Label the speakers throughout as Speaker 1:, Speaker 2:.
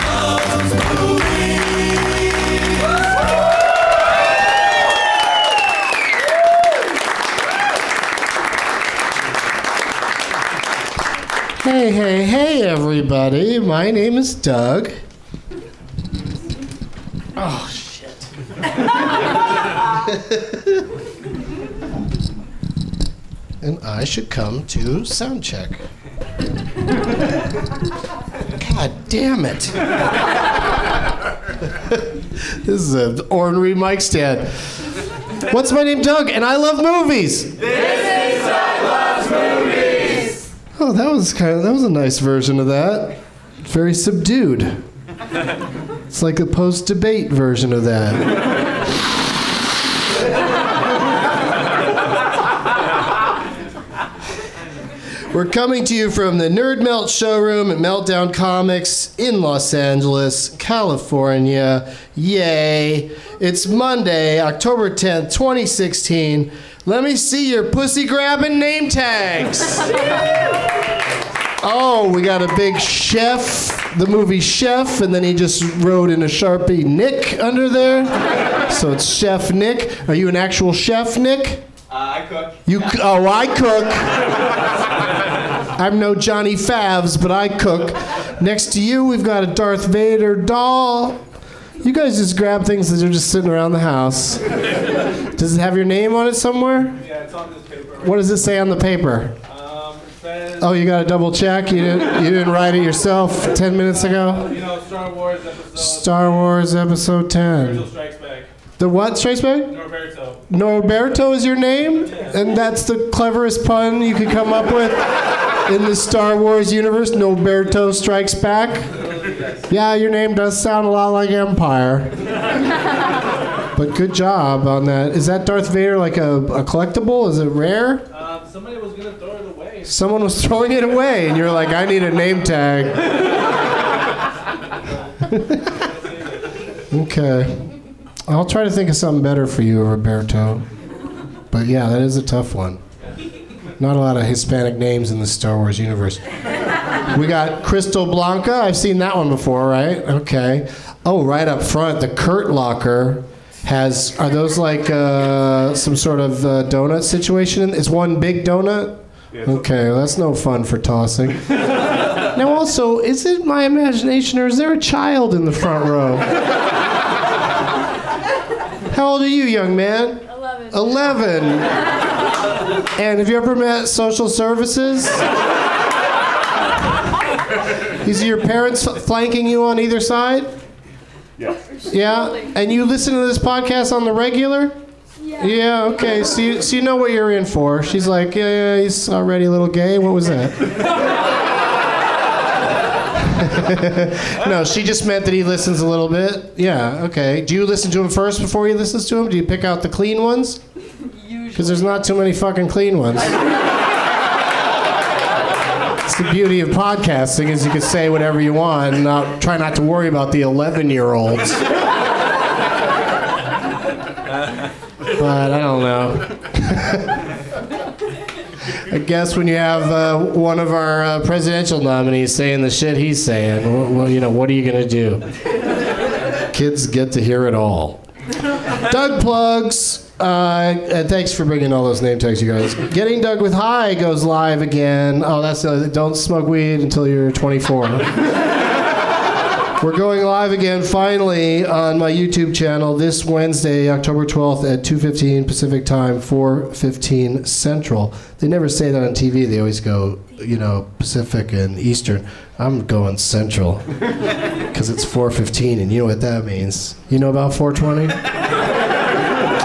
Speaker 1: loves movies.
Speaker 2: Hey, hey, hey, everybody. My name is Doug. Oh, shit. and I should come to sound check. God damn it. this is an ornery mic stand. What's my name, Doug? And I love movies. Oh, that was kind of that was a nice version of that. Very subdued. It's like a post-debate version of that. We're coming to you from the Nerd Melt showroom at Meltdown Comics in Los Angeles, California. Yay! It's Monday, October 10th, 2016. Let me see your pussy grabbing name tags. Oh, we got a big chef, the movie Chef, and then he just wrote in a Sharpie Nick under there. So it's Chef Nick. Are you an actual chef, Nick?
Speaker 3: I cook.
Speaker 2: You c- oh, I cook. I'm no Johnny Favs, but I cook. Next to you, we've got a Darth Vader doll. You guys just grab things that are just sitting around the house. Does it have your name on it somewhere?
Speaker 3: Yeah, it's on this paper.
Speaker 2: What does it say on the paper?
Speaker 3: Um, it says,
Speaker 2: Oh, you got to double check. You didn't, you didn't write it yourself 10 minutes ago?
Speaker 4: Oh.
Speaker 3: you know, Star Wars episode
Speaker 2: Star Wars Episode
Speaker 3: Angel
Speaker 2: 10.
Speaker 3: Strikes Back.
Speaker 2: The what, Straceberg?
Speaker 3: Norberto.
Speaker 2: Norberto is your name? And that's the cleverest pun you could come up with in the Star Wars universe? Norberto Strikes Back? Yeah, your name does sound a lot like Empire. But good job on that. Is that Darth Vader like a, a collectible? Is it rare?
Speaker 3: Um, somebody was gonna throw it away.
Speaker 2: Someone was throwing it away, and you're like, I need a name tag. okay. I'll try to think of something better for you, Roberto. But yeah, that is a tough one. Not a lot of Hispanic names in the Star Wars universe. We got Crystal Blanca. I've seen that one before, right? Okay. Oh, right up front, the Kurt Locker has. Are those like uh, some sort of uh, donut situation? It's one big donut. Okay, well, that's no fun for tossing. now, also, is it my imagination or is there a child in the front row? How old are you, young man? Eleven. Eleven. and have you ever met social services? Is your parents flanking you on either side?
Speaker 5: Yes.
Speaker 2: Yeah? And you listen to this podcast on the regular?
Speaker 5: Yeah.
Speaker 2: Yeah, okay. So you, so you know what you're in for. She's like, yeah, yeah, he's already a little gay. What was that? no, she just meant that he listens a little bit. Yeah, okay. Do you listen to him first before he listens to him? Do you pick out the clean ones? Because there's not too many fucking clean ones. It's the beauty of podcasting is you can say whatever you want and not, try not to worry about the 11 year olds. but I don't know. I guess when you have uh, one of our uh, presidential nominees saying the shit he's saying, wh- well, you know, what are you gonna do? Kids get to hear it all. Doug plugs. Uh, and thanks for bringing all those name tags, you guys. Getting Doug with High goes live again. Oh, that's the other don't smoke weed until you're 24. We're going live again finally on my YouTube channel this Wednesday, October 12th at 2:15 Pacific Time, 4:15 Central. They never say that on TV. They always go, you know, Pacific and Eastern. I'm going Central cuz it's 4:15 and you know what that means. You know about 4:20?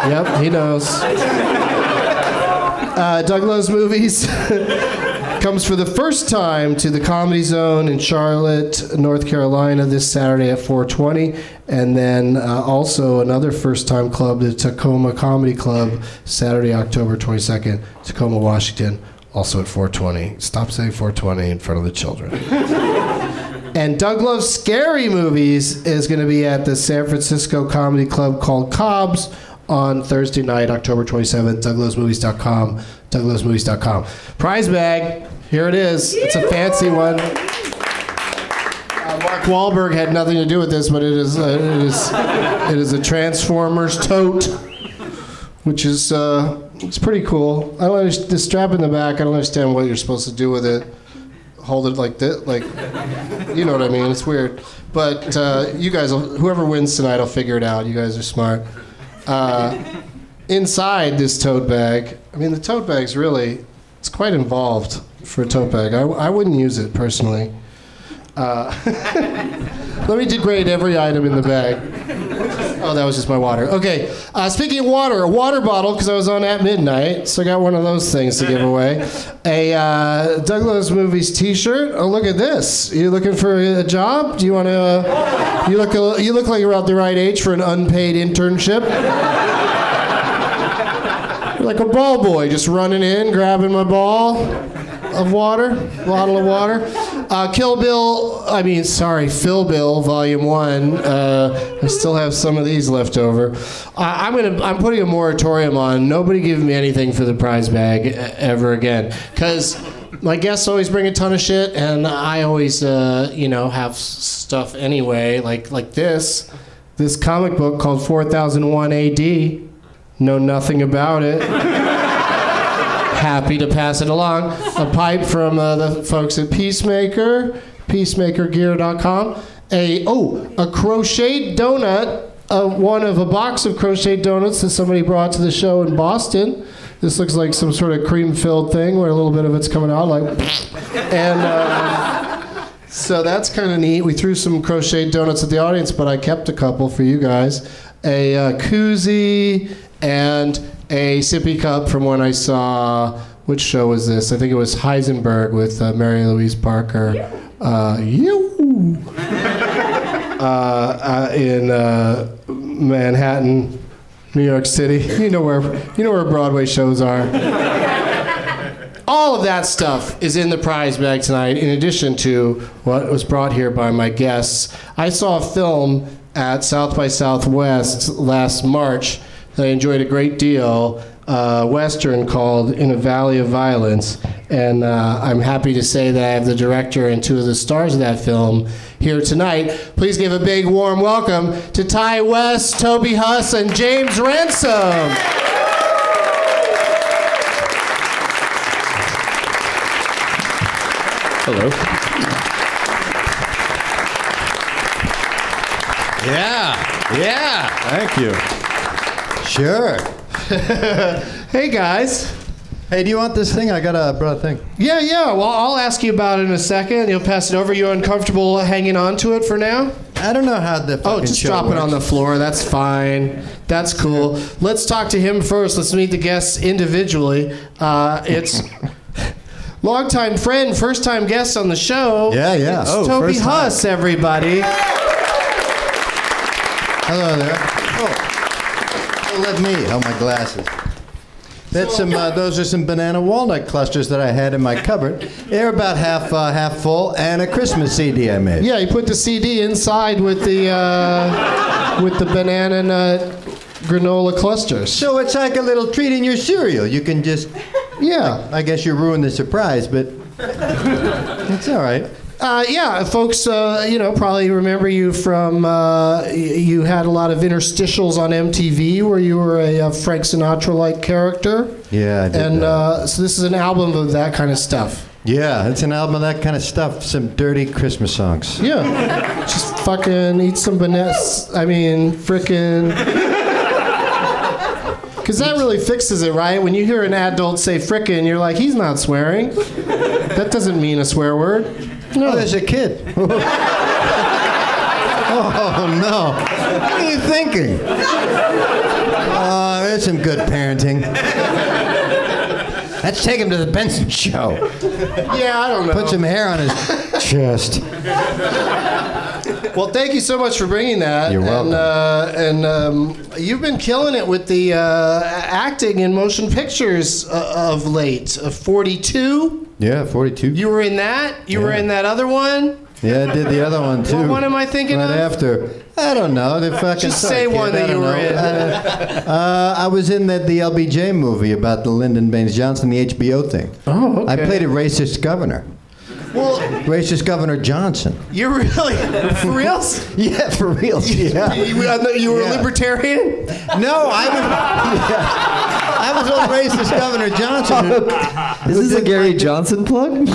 Speaker 2: yep, he knows. Uh, Doug loves movies. comes for the first time to the Comedy Zone in Charlotte, North Carolina, this Saturday at 4:20, and then uh, also another first-time club, the Tacoma Comedy Club, Saturday, October 22nd, Tacoma, Washington, also at 4:20. Stop saying 4:20 in front of the children. And Doug Loves Scary Movies is going to be at the San Francisco Comedy Club called Cobb's on Thursday night, October 27th. DougLovesMovies.com. DougLovesMovies.com. Prize bag. Here it is. It's a fancy one. Uh, Mark Wahlberg had nothing to do with this, but it is uh, it is it is a Transformers tote, which is uh, it's pretty cool. I don't understand the strap in the back. I don't understand what you're supposed to do with it. Hold it like this, like you know what I mean. It's weird, but uh, you guys, will, whoever wins tonight, will figure it out. You guys are smart. Uh, inside this tote bag, I mean, the tote bag's really it's quite involved for a tote bag. I, I wouldn't use it personally. Uh, let me degrade every item in the bag. Oh, that was just my water. Okay. Uh, speaking of water, a water bottle because I was on at midnight, so I got one of those things to give away. A uh, Douglas Movies T-shirt. Oh, look at this! You looking for a job? Do you want to? Uh, you look a, you look like you're about the right age for an unpaid internship. You're like a ball boy, just running in, grabbing my ball of water, bottle of water. Uh, Kill Bill, I mean, sorry, Phil Bill, Volume One. Uh, I still have some of these left over. I, I'm gonna, I'm putting a moratorium on. Nobody give me anything for the prize bag e- ever again, because my guests always bring a ton of shit, and I always, uh, you know, have s- stuff anyway, like like this, this comic book called 4001 A.D. Know nothing about it happy to pass it along. A pipe from uh, the folks at Peacemaker, peacemakergear.com. A oh, a crocheted donut, uh, one of a box of crocheted donuts that somebody brought to the show in Boston. This looks like some sort of cream-filled thing where a little bit of it's coming out, like, and. Uh, So that's kind of neat. We threw some crocheted donuts at the audience, but I kept a couple for you guys. A uh, koozie and a sippy cup from when I saw which show was this? I think it was Heisenberg with uh, Mary Louise Parker. Uh, you. uh, uh, in uh, Manhattan, New York City. You know where you know where Broadway shows are. All of that stuff is in the prize bag tonight, in addition to what was brought here by my guests. I saw a film at South by Southwest last March that I enjoyed a great deal, uh, Western called In a Valley of Violence. And uh, I'm happy to say that I have the director and two of the stars of that film here tonight. Please give a big warm welcome to Ty West, Toby Huss, and James Ransom.
Speaker 6: Hello.
Speaker 7: Yeah. Yeah.
Speaker 6: Thank you.
Speaker 7: Sure.
Speaker 2: hey guys.
Speaker 7: Hey, do you want this thing? I got a brought a thing.
Speaker 2: Yeah, yeah. Well, I'll ask you about it in a second. You'll pass it over. You uncomfortable hanging on to it for now?
Speaker 7: I don't know how the
Speaker 2: oh, just
Speaker 7: show
Speaker 2: drop it
Speaker 7: works.
Speaker 2: on the floor. That's fine. That's cool. Let's talk to him first. Let's meet the guests individually. Uh, it's longtime friend, first time guest on the show.
Speaker 7: Yeah, yeah.
Speaker 2: It's
Speaker 7: Oh,
Speaker 2: Toby
Speaker 7: first time.
Speaker 2: Huss, everybody.
Speaker 7: Hello there. Oh, let me. Oh, my glasses. That's some. Uh, those are some banana walnut clusters that I had in my cupboard. They're about half uh, half full, and a Christmas CD I made.
Speaker 2: Yeah, you put the CD inside with the uh, with the banana nut granola clusters.
Speaker 7: So it's like a little treat in your cereal. You can just.
Speaker 2: Yeah.
Speaker 7: I guess you ruined the surprise, but it's all right.
Speaker 2: Uh, yeah, folks, uh, you know, probably remember you from uh, y- you had a lot of interstitials on MTV where you were a, uh Frank Sinatra-like character.
Speaker 7: Yeah, I did
Speaker 2: and
Speaker 7: that.
Speaker 2: uh, so this is an album of that kind of stuff.
Speaker 7: Yeah, it's an album of that kind of stuff. Some dirty Christmas songs.
Speaker 2: Yeah, just fucking eat some bananas. I mean, frickin'. Because that really fixes it, right? When you hear an adult say frickin', you're like, he's not swearing. That doesn't mean a swear word. No,
Speaker 7: Oh, there's a kid. oh no! What are you thinking? Oh, there's some good parenting. Let's take him to the Benson show.
Speaker 2: yeah, I don't know.
Speaker 7: Put some hair on his chest.
Speaker 2: Well, thank you so much for bringing that.
Speaker 7: You're welcome.
Speaker 2: And, uh, and um, you've been killing it with the uh, a- acting in motion pictures uh, of late. Uh, 42,
Speaker 7: Yeah, 42.
Speaker 2: you were in that. You were
Speaker 7: Yeah.
Speaker 2: in that other one.
Speaker 7: yeah, I did the other one too.
Speaker 2: What one am I thinking
Speaker 7: right
Speaker 2: of?
Speaker 7: after. I don't know. They fucking
Speaker 2: Just
Speaker 7: suck,
Speaker 2: say
Speaker 7: kid.
Speaker 2: one that
Speaker 7: I don't
Speaker 2: you were
Speaker 7: know.
Speaker 2: in.
Speaker 7: Uh, uh, I was in that the LBJ movie about the Lyndon Baines Johnson, the HBO thing.
Speaker 2: Oh,
Speaker 7: I played a racist governor.
Speaker 2: Well,
Speaker 7: Racist Governor Johnson.
Speaker 2: you're really for reals.
Speaker 7: Yeah, for real. Yeah.
Speaker 2: You, I know you were
Speaker 7: Yeah.
Speaker 2: a libertarian.
Speaker 7: No, I was. yeah. I was on racist Governor Johnson.
Speaker 6: Is this a Gary Johnson plug?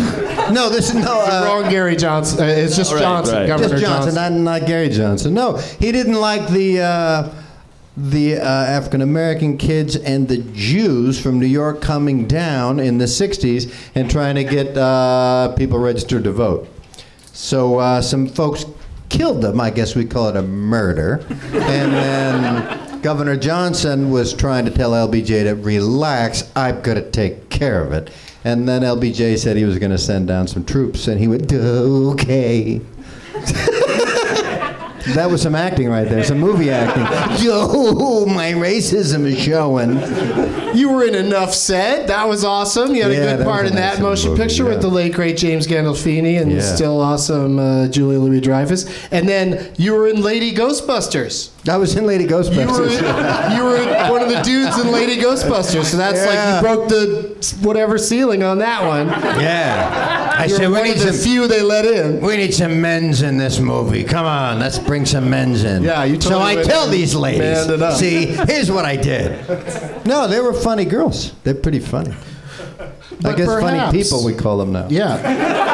Speaker 7: No, this is no. Uh,
Speaker 2: Wrong, Gary Johnson. Uh, it's just
Speaker 6: Right,
Speaker 2: Johnson,
Speaker 6: right.
Speaker 2: Governor
Speaker 7: just Johnson,
Speaker 2: Johnson.
Speaker 7: Not, not Gary Johnson. No, he didn't like the uh, the uh, African American kids and the Jews from New York coming down in the '60s and trying to get uh, people registered to vote. So uh, some folks killed them. I guess we call it a murder. and then Governor Johnson was trying to tell LBJ to relax. I'm going to take care of it. And then LBJ said he was going to send down some troops, and he went, okay. That was some acting right there, some movie acting. Yo, my racism is showing.
Speaker 2: You were in Enough Said. That was awesome. You had
Speaker 7: Yeah,
Speaker 2: a good
Speaker 7: that
Speaker 2: part
Speaker 7: was
Speaker 2: in
Speaker 7: an
Speaker 2: that
Speaker 7: excellent
Speaker 2: motion
Speaker 7: movie,
Speaker 2: picture
Speaker 7: yeah.
Speaker 2: with the late great James Gandolfini and
Speaker 7: Yeah.
Speaker 2: still awesome uh, Julia Louis Dreyfus. And then you were in Lady Ghostbusters.
Speaker 7: I was in Lady
Speaker 2: You were
Speaker 7: Ghostbusters.
Speaker 2: you were one of the dudes in Lady Ghostbusters. So that's
Speaker 7: Yeah.
Speaker 2: like you broke the whatever ceiling on that one.
Speaker 7: yeah. I
Speaker 2: You
Speaker 7: said,
Speaker 2: were
Speaker 7: we
Speaker 2: one
Speaker 7: need,
Speaker 2: of the
Speaker 7: some,
Speaker 2: few they let in.
Speaker 7: we need some men's in this movie. Come on, let's bring some men's in.
Speaker 2: Yeah, you
Speaker 7: So
Speaker 2: totally
Speaker 7: I
Speaker 2: went
Speaker 7: tell
Speaker 2: and
Speaker 7: these ladies,
Speaker 2: manned it up.
Speaker 7: see, here's what I did. No, they were funny girls. They're pretty funny. I
Speaker 2: But
Speaker 7: guess
Speaker 2: perhaps-
Speaker 7: funny people, we call them now.
Speaker 2: Yeah.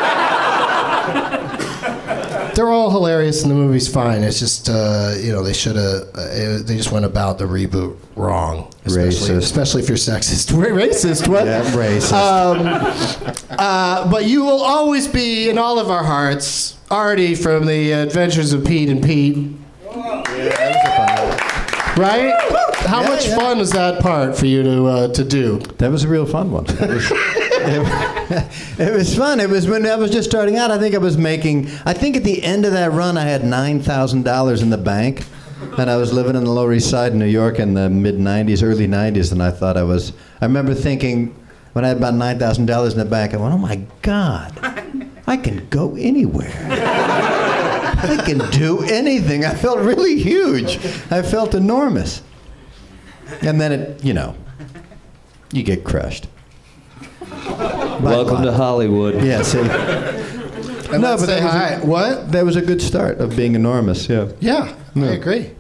Speaker 2: They're all hilarious, and the movie's fine. It's just uh, you know they should have uh, it- they just went about the reboot wrong, especially,
Speaker 7: Racist.
Speaker 2: especially if you're sexist. Ra- racist, what? uh,
Speaker 7: Yeah, racist.
Speaker 2: Um, uh, but you will always be in all of our hearts Artie from the Adventures of Pete and Pete. Right? How
Speaker 8: Yeah,
Speaker 2: much
Speaker 8: yeah.
Speaker 2: fun was that part for you to uh, to do?
Speaker 8: That was a real fun one. It was, it, was fun. It was when I was just starting out. I think I was making. I think at the end of that run, I had nine thousand dollars in the bank, and I was living in the Lower East Side in New York in the mid '90s, early '90s, and I thought I was. I remember thinking when I had about nine thousand dollars in the bank, I went, "Oh my God, I can go anywhere." I can do anything. I felt really huge. I felt enormous. And then it, you know, you get crushed.
Speaker 9: Welcome to Hollywood.
Speaker 8: Yeah, see.
Speaker 2: And let's say
Speaker 8: was
Speaker 2: hi.
Speaker 8: a,
Speaker 2: What?
Speaker 8: That was a good start of being enormous. Yeah.
Speaker 2: Yeah, I agree.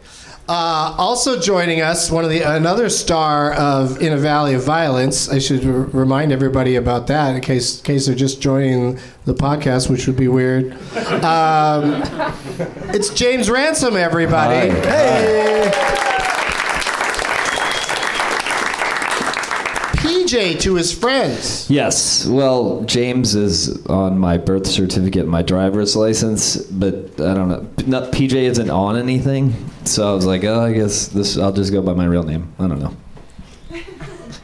Speaker 2: Uh, also joining us, one of the another star of In a Valley of Violence. I should r- remind everybody about that in case in case they're just joining the podcast, which would be weird. Um, it's James Ransom, everybody.
Speaker 9: Hi.
Speaker 2: Hey. PJ to his friends.
Speaker 9: Yes. Well, James is on my birth certificate, my driver's license, but I don't know. Not, PJ isn't on anything, so I was like, oh, I guess this. I'll just go by my real name. I don't know.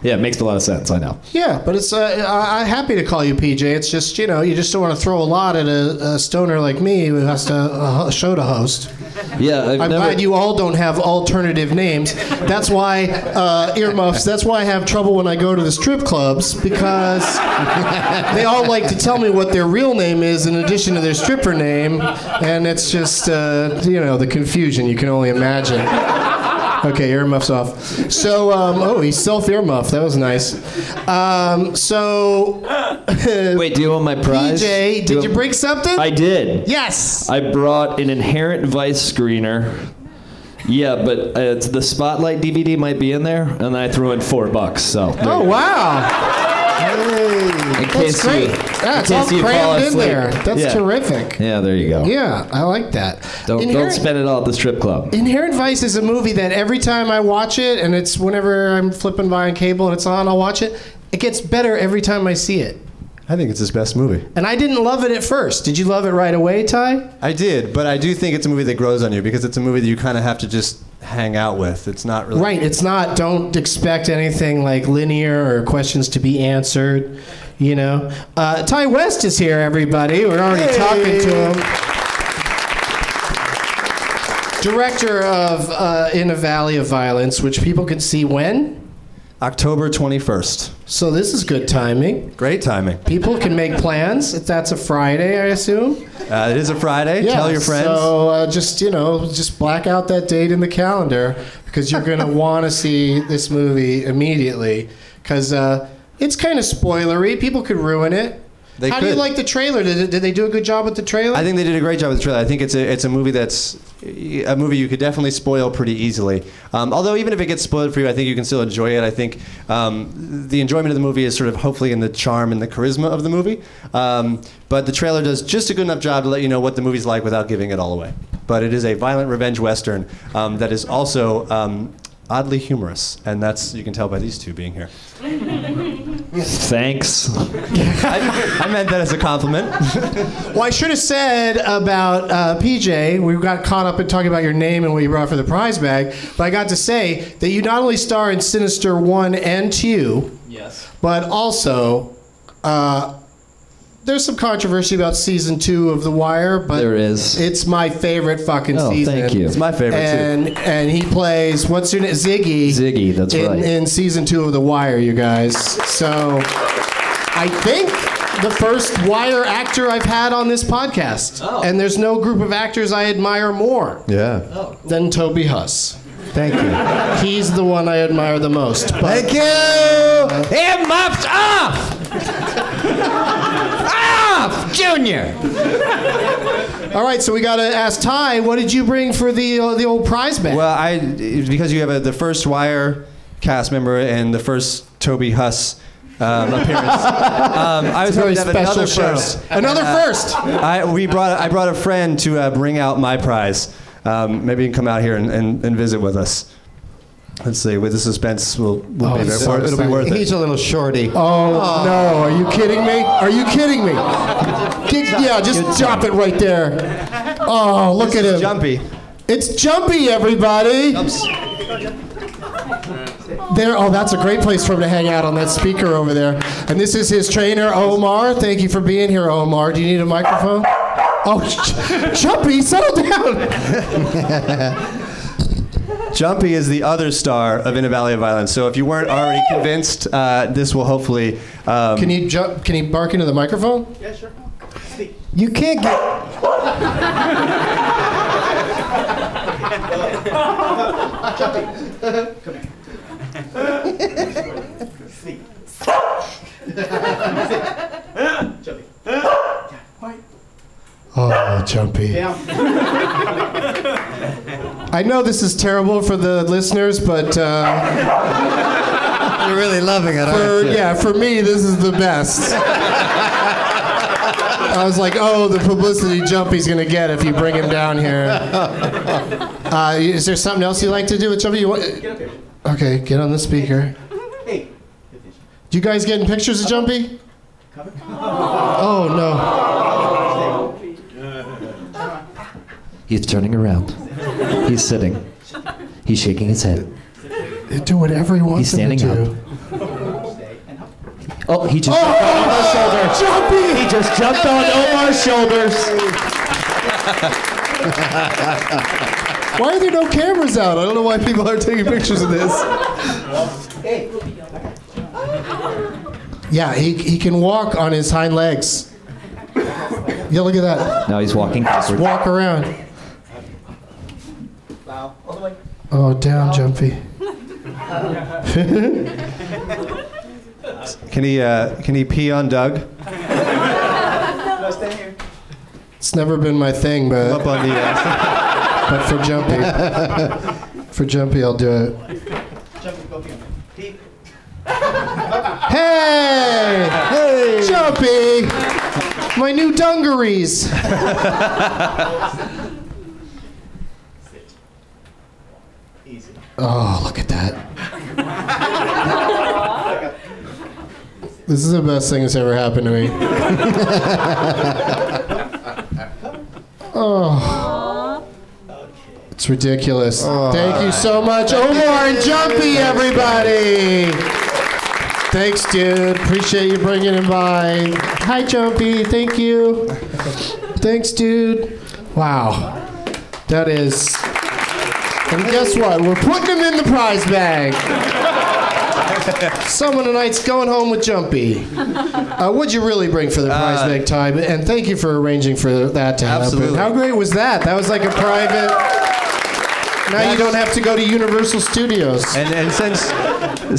Speaker 9: Yeah, it makes a lot of sense. I know.
Speaker 2: Yeah, but it's uh, I, I'm happy to call you PJ. It's just you know you just don't want to throw a lot at a, a stoner like me who has to uh, show to host.
Speaker 9: Yeah, I've
Speaker 2: I'm
Speaker 9: never,
Speaker 2: glad you all don't have alternative names. That's why uh, earmuffs. That's why I have trouble when I go to the strip clubs because they all like to tell me what their real name is in addition to their stripper name, and it's just uh, you know the confusion you can only imagine. Okay, earmuffs off. So, um, oh, he's self earmuff. That was nice. Um, so,
Speaker 9: Wait, do you want my prize?
Speaker 2: PJ,
Speaker 9: Do
Speaker 2: did you
Speaker 9: want-
Speaker 2: bring something?
Speaker 9: I did.
Speaker 2: Yes.
Speaker 9: I brought an Inherent Vice screener. Yeah, but uh, it's the Spotlight DVD might be in there, and I threw in four bucks. So. there
Speaker 2: Oh
Speaker 9: you go.
Speaker 2: wow.
Speaker 9: In
Speaker 2: That's
Speaker 9: case
Speaker 2: great.
Speaker 9: you-
Speaker 2: Yeah,
Speaker 9: in
Speaker 2: it's all
Speaker 9: case you fall
Speaker 2: crammed in
Speaker 9: asleep.
Speaker 2: there. That's
Speaker 9: Yeah.
Speaker 2: terrific.
Speaker 9: Yeah, there you go.
Speaker 2: Yeah, I like that.
Speaker 9: Don't, don't
Speaker 2: Inherent-
Speaker 9: spend it all at the strip club.
Speaker 2: Inherent Vice is a movie that every time I watch it, and it's whenever I'm flipping by on cable and it's on, I'll watch it. It gets better every time I see it.
Speaker 7: I think it's his best movie.
Speaker 2: And I didn't love it at first. Did you love it right away, Ty?
Speaker 7: I did, but I do think it's a movie that grows on you because it's a movie that you kind of have to just hang out with. It's not really
Speaker 2: Right. It's not. Don't expect anything like linear or questions to be answered. You know. Uh, Ty West is here, everybody. We're already talking to him. Director of uh, In a Valley of Violence, which people can see when.
Speaker 7: October 21st.
Speaker 2: So this is good timing.
Speaker 7: Great timing.
Speaker 2: People can make plans. If that's a Friday, I assume.
Speaker 7: Uh, it is a Friday.
Speaker 2: Yeah,
Speaker 7: Tell your friends.
Speaker 2: So uh, just you know, just black out that date in the calendar because you're gonna want to see this movie immediately because uh, it's kind of spoilery. People could ruin it.
Speaker 7: They
Speaker 2: How do you
Speaker 7: could.
Speaker 2: like the trailer? Did, it- did they do a good job with the trailer?
Speaker 7: I think they did a great job with the trailer. I think it's a it's a movie that's a movie you could definitely spoil pretty easily. Um, although even if it gets spoiled for you, I think you can still enjoy it. I think um, the enjoyment of the movie is sort of hopefully in the charm and the charisma of the movie. Um, but the trailer does just a good enough job to let you know what the movie's like without giving it all away. But it is a violent revenge western um, that is also um, oddly humorous, and that's you can tell by these two being here.
Speaker 9: Thanks.
Speaker 7: I, I meant that as a compliment.
Speaker 2: Well, I should have said about uh, PJ. We got caught up in talking about your name and what you brought for the prize bag, but I got to say that you not only star in Sinister One and Two, yes, but also uh, there's some controversy about season two of The Wire. But
Speaker 9: There is.
Speaker 2: It's my favorite fucking
Speaker 9: Oh,
Speaker 2: season.
Speaker 9: thank you. It's
Speaker 7: my favorite, too.
Speaker 2: and, too. And he plays what's your name, Ziggy.
Speaker 9: Ziggy, that's
Speaker 2: in,
Speaker 9: right.
Speaker 2: In season two of The Wire, you guys. So. I think the first wire actor I've had on this podcast. And there's no group of actors I admire more
Speaker 8: Yeah.
Speaker 2: than Toby Huss.
Speaker 8: Thank you.
Speaker 2: He's the one I admire the most. But
Speaker 8: Thank you.
Speaker 9: It mopped off! off! Junior!
Speaker 2: all right, so we got to ask Ty, what did you bring for the uh, the old prize bag?
Speaker 7: Well, I it's because you have a, the first Wire cast member and the first Toby Huss um, appearance. um, I was
Speaker 2: very
Speaker 7: hoping to have
Speaker 2: special
Speaker 7: another
Speaker 2: show.
Speaker 7: first.
Speaker 2: Another
Speaker 7: Uh,
Speaker 2: first.
Speaker 7: I we brought I brought a friend to uh, bring out my prize. Um, maybe you can come out here and, and, and visit with us. Let's see. With the suspense, we'll, we'll
Speaker 10: Oh,
Speaker 7: be
Speaker 10: he's
Speaker 7: there
Speaker 10: so
Speaker 7: for it. It'll be
Speaker 10: excited.
Speaker 7: worth it.
Speaker 10: He's a little shorty.
Speaker 2: Oh, no! Are you kidding me? Are you kidding me? Get- yeah, just drop it right there. Oh, look at him.
Speaker 7: Jumpy.
Speaker 2: It's jumpy, everybody. There. Oh, that's a great place for him to hang out on that speaker over there. And this is his trainer, Omar. Thank you for being here, Omar. Do you need a microphone? Oh, sh- Jumpy, settle down.
Speaker 7: Jumpy is the other star of In a Valley of Violence. So if you weren't already convinced, uh, this will hopefully. Um,
Speaker 2: can you jump? Can you bark into the microphone?
Speaker 11: Yeah, sure.
Speaker 2: You can't get.
Speaker 11: Come here. Sleep. Jumpy. Yeah, right.
Speaker 2: Oh, Jumpy. I know this is terrible for the listeners, but uh,
Speaker 10: You're really loving it,
Speaker 2: for,
Speaker 10: aren't you?
Speaker 2: yeah, for me, this is the best. I was like, oh, the publicity jump he's gonna get if you bring him down here. Uh, is there something else you like to do with Jumpy? You want, okay, get on the speaker.
Speaker 11: Hey.
Speaker 2: Do you guys getting pictures of Jumpy? Oh no.
Speaker 9: He's turning around. He's sitting. He's shaking his head.
Speaker 2: Do whatever he wants
Speaker 9: He's
Speaker 2: him to
Speaker 9: standing
Speaker 2: do.
Speaker 9: up. Oh, he just
Speaker 2: Oh,
Speaker 9: jumped on Omar's shoulder.
Speaker 2: Jumpy!
Speaker 9: He just jumped on Omar's shoulders.
Speaker 2: Why are there no cameras out? I don't know why people aren't taking pictures of this. Yeah, he, he can walk on his hind legs. Yeah, look at that.
Speaker 9: Now he's walking
Speaker 2: Just
Speaker 9: backwards.
Speaker 2: walk around.
Speaker 11: Wow. All the way.
Speaker 2: Oh, down, Jumpy.
Speaker 7: Can he uh, can he pee on Doug?
Speaker 11: No, stand here.
Speaker 2: It's never been my thing,
Speaker 7: Up
Speaker 2: but
Speaker 7: on the. Uh,
Speaker 2: but for Jumpy, for Jumpy, I'll do it.
Speaker 11: Jumpy, go here. Deep.
Speaker 2: Hey, hey, Jumpy, my new dungarees.
Speaker 11: Easy.
Speaker 2: Oh, look at that. This is the best thing that's ever happened to me. oh. It's ridiculous.
Speaker 7: Oh.
Speaker 2: Thank you so much, Omar and Jumpy, everybody. Thanks, dude. Appreciate you bringing him by. Hi, Jumpy. Thank you. Thanks, dude. Wow. That is. And guess what? We're putting him in the prize bag. Someone tonight's going home with Jumpy. Uh, what'd you really bring for the prize
Speaker 7: Uh,
Speaker 2: bag, Ty? And thank you for arranging for that to happen.
Speaker 7: Absolutely.
Speaker 2: How great was that? That was like a private. Now you don't have to go to Universal Studios.
Speaker 7: and and since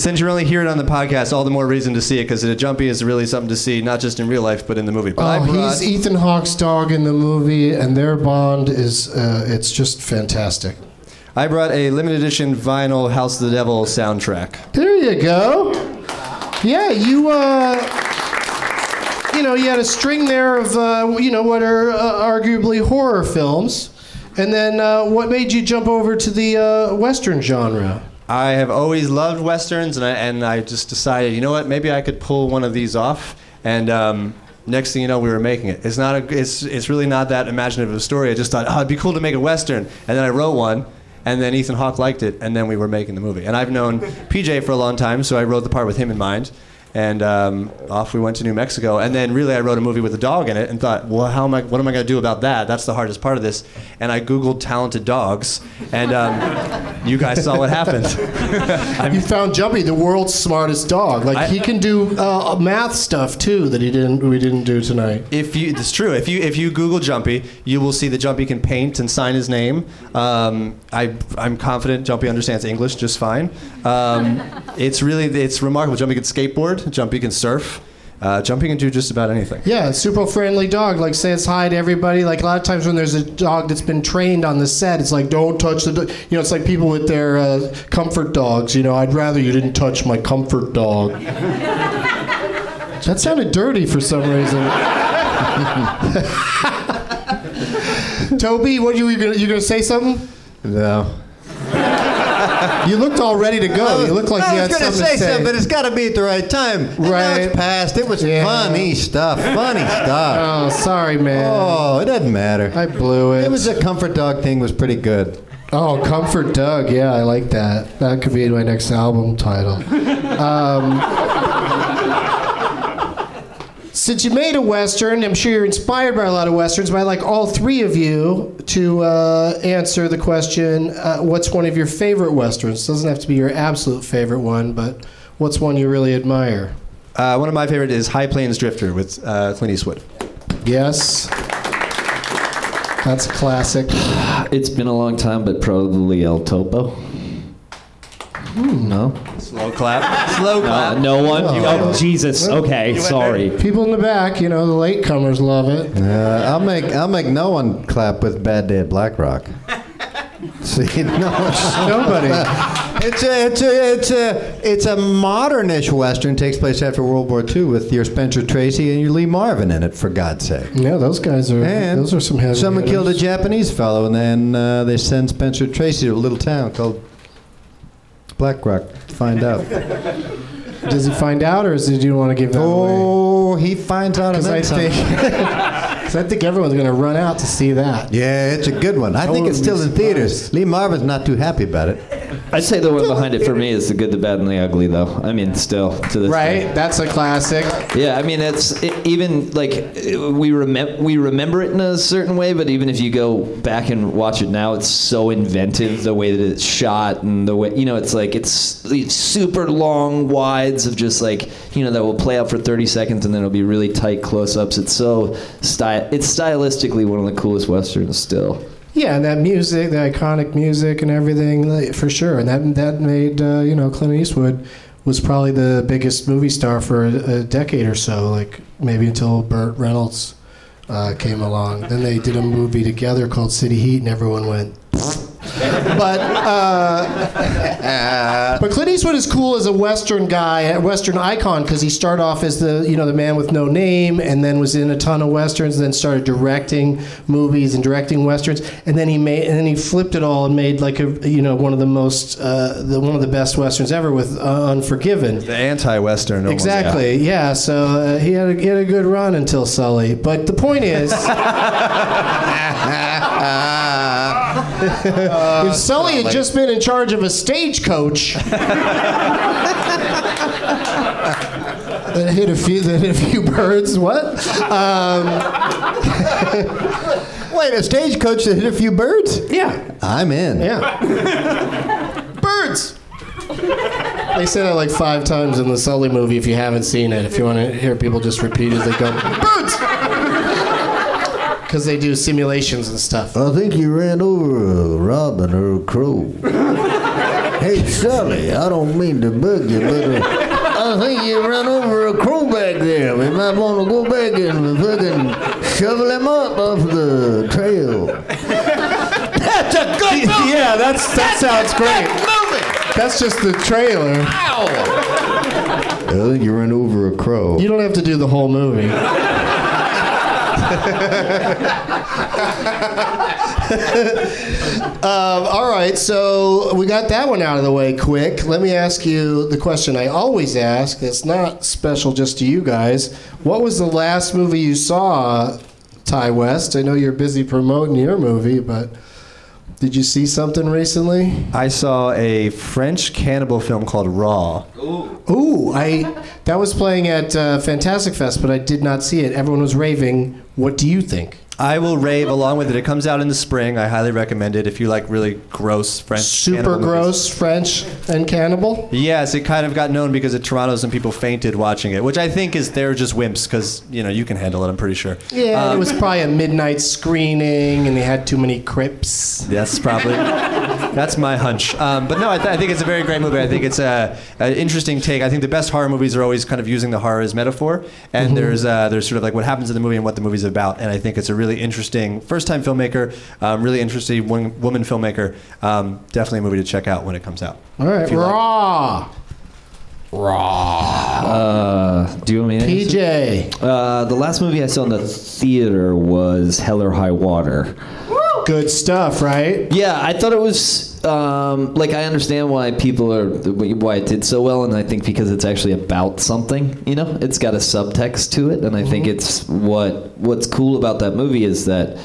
Speaker 7: since you're only hearing it on the podcast, all the more reason to see it because Jumpy is really something to see, not just in real life but in the movie. But I
Speaker 2: Oh,
Speaker 7: brought-
Speaker 2: he's Ethan Hawke's dog in the movie, and their bond is—it's just fantastic.
Speaker 7: I brought a limited edition vinyl House of the Devil soundtrack.
Speaker 2: There you go. Yeah, you uh, you know, you had a string there of uh, you know what are uh, arguably horror films, and then uh, what made you jump over to the uh, western genre?
Speaker 7: I have always loved westerns, and I, and I just decided, you know what, maybe I could pull one of these off. And um, next thing you know, we were making it. It's not a, it's it's really not that imaginative of a story. I just thought, oh, it'd be cool to make a western, and then I wrote one. And then Ethan Hawke liked it, and then we were making the movie. And I've known PJ for a long time, so I wrote the part with him in mind. And um, off we went to New Mexico. And then really, I wrote a movie with a dog in it, and thought, well, how am I? What am I going to do about that? That's the hardest part of this. And I googled talented dogs, and um, you guys saw what happened.
Speaker 2: you found Jumpy, the world's smartest dog. Like
Speaker 7: I-
Speaker 2: he can do uh, math stuff too that he didn't we didn't do tonight.
Speaker 7: If you, it's true. If you if you Google Jumpy, you will see that Jumpy can paint and sign his name. Um, I I'm confident Jumpy understands English just fine. Um, it's really it's remarkable. Jumpy can skateboard. Jumpy can surf. Uh, Jumpy can do just about anything.
Speaker 2: Yeah, super friendly dog. Like says hi to everybody. Like a lot of times when there's a dog that's been trained on the set, it's like don't touch the. Do-. You know, it's like people with their uh, comfort dogs. You know, I'd rather you didn't touch my comfort dog. that sounded dirty for some reason. Toby, what you, you gonna you gonna say something?
Speaker 10: No.
Speaker 2: You looked all ready to go. you looked like
Speaker 7: I
Speaker 2: you had
Speaker 7: was going to
Speaker 2: something to
Speaker 7: say
Speaker 2: say.
Speaker 7: something, but it's got to be at the right time. And now
Speaker 2: Right.
Speaker 7: it's passed. It was funny stuff. Funny
Speaker 2: Oh,
Speaker 7: stuff.
Speaker 2: sorry, man.
Speaker 7: Oh, it doesn't matter.
Speaker 2: I blew it.
Speaker 7: It was a comfort dog thing. Was pretty good.
Speaker 2: Oh, Comfort Doug. Yeah, I like that. That could be my next album title. Um, since you made a Western, I'm sure you're inspired by a lot of Westerns, but I'd like all three of you to uh, answer the question uh, what's one of your favorite Westerns? Doesn't have to be your absolute favorite one, but what's one you really admire?
Speaker 4: Uh, one of my favorite is High Plains Drifter with uh, Clint Eastwood.
Speaker 2: Yes. That's a classic.
Speaker 9: It's been a long time, but probably El Topo. Hmm, No.
Speaker 4: Slow clap.
Speaker 9: Uh,
Speaker 4: Slow clap.
Speaker 9: no one.
Speaker 2: You
Speaker 9: oh,
Speaker 2: went-
Speaker 9: Jesus. Okay, sorry.
Speaker 2: People in the back, you know, the latecomers love it.
Speaker 7: Uh, I'll make I'll make no one clap with Bad Day at Black Rock. See, no,
Speaker 2: Nobody.
Speaker 7: It's a, it's a, it's a, it's a modernish western. Takes place after World War II with your Spencer Tracy and your Lee Marvin in it. For God's sake.
Speaker 2: Yeah, those guys are.
Speaker 7: And
Speaker 2: those are some heavy.
Speaker 7: someone
Speaker 2: hitters.
Speaker 7: killed a Japanese fellow, and then uh, they send Spencer Tracy to a little town called Black Rock to find out.
Speaker 2: Does he find out, or is did you want to give that away?
Speaker 7: oh, he finds out
Speaker 2: Because I
Speaker 7: about
Speaker 2: think,
Speaker 7: something.
Speaker 2: 'cause I think everyone's going to run out to see that.
Speaker 7: Yeah, it's a good one. I think
Speaker 2: wouldn't
Speaker 7: it's
Speaker 2: be
Speaker 7: still in theaters. Lee Marvin's not too happy about it.
Speaker 9: I'd say the one behind it for me is the good, the bad, and the ugly, though. I mean, still to this day.
Speaker 2: Right, that's a classic.
Speaker 9: Yeah, I mean it's it, even like it- we remember we remember it in a certain way, but even if you go back and watch it now, it's so inventive the way that it's shot and the way you know it's like it's, it's super long wides of just like you know that will play out for 30 seconds and then it'll be really tight close-ups. It's so sty it's stylistically one of the coolest westerns still.
Speaker 2: Yeah, and that music, the iconic music, and everything like, for sure. And that that made uh, you know Clint Eastwood was probably the biggest movie star for a, a decade or so, like maybe until Burt Reynolds uh, came along. Then they did a movie together called City Heat, and everyone went. but uh, but Clint Eastwood is cool as a Western guy, a Western icon, because he started off as the you know the man with no name, and then was in a ton of westerns, and then started directing movies and directing westerns, and then he made and then he flipped it all and made like a you know one of the most uh, the one of the best westerns ever with uh, Unforgiven.
Speaker 4: The anti-Western. almost.
Speaker 2: Exactly. Yeah. So uh, he had a, he had a good run until Sully. But the point is, if Sully had just been in charge of a stagecoach. That hit a few. That hit a few birds. What? Um,
Speaker 7: Wait, a stagecoach that hit a few birds?
Speaker 2: yeah.
Speaker 7: I'm in.
Speaker 2: Yeah. Birds. They say that like five times in the Sully movie. If you haven't seen it, if you want to hear people just repeatedly go birds, because they do simulations and stuff.
Speaker 7: I think you ran over a robin or a crow. hey, Sully, I don't mean to bug you, but uh, I think you ran over a crow back there. We might want to go back and fucking shovel him up off the trail. That's a good
Speaker 2: Yeah, that's that sounds great. That's just the trailer.
Speaker 7: I think you ran over a crow.
Speaker 2: You don't have to do the whole movie. Um, all right, so we got that one out of the way quick. Let me ask you the question I always ask that's not special just to you guys. What was the last movie you saw, Ty West? I know you're busy promoting your movie, but did you see something recently?
Speaker 4: I saw a French cannibal film called Raw.
Speaker 2: Ooh, I that was playing at uh, Fantastic Fest, but I did not see it. Everyone was raving. What do you think?
Speaker 4: I will rave along with it. It comes out in the spring. I highly recommend it if you like really gross French.
Speaker 2: Super
Speaker 4: cannibal movies.
Speaker 2: gross French and cannibal.
Speaker 4: Yes, it kind of got known because at Toronto, some people fainted watching it, which I think is they're just wimps because you know you can handle it. I'm pretty sure.
Speaker 2: Yeah, and it was probably a midnight screening, and they had too many crips.
Speaker 4: Yes, probably. That's my hunch. Um, but no, I, th- I think it's a very great movie. I think it's a, an interesting take. I think the best horror movies are always kind of using the horror as metaphor, and there's uh, there's sort of like what happens in the movie and what the movie's about. And I think it's a really interesting first-time filmmaker, um, really interesting wom- woman filmmaker. Um, definitely a movie to check out when it comes out.
Speaker 2: All right, raw.
Speaker 9: Uh, do you want me to answer?
Speaker 2: PJ,
Speaker 9: Uh, the last movie I saw in the theater was Hell or High Water.
Speaker 4: Oh.
Speaker 2: good stuff, right?
Speaker 9: Yeah, I thought it was. um, like I understand why people are why it did so well, and I think because it's actually about something. You know, it's got a subtext to it, and I think it's what what's cool about that movie is that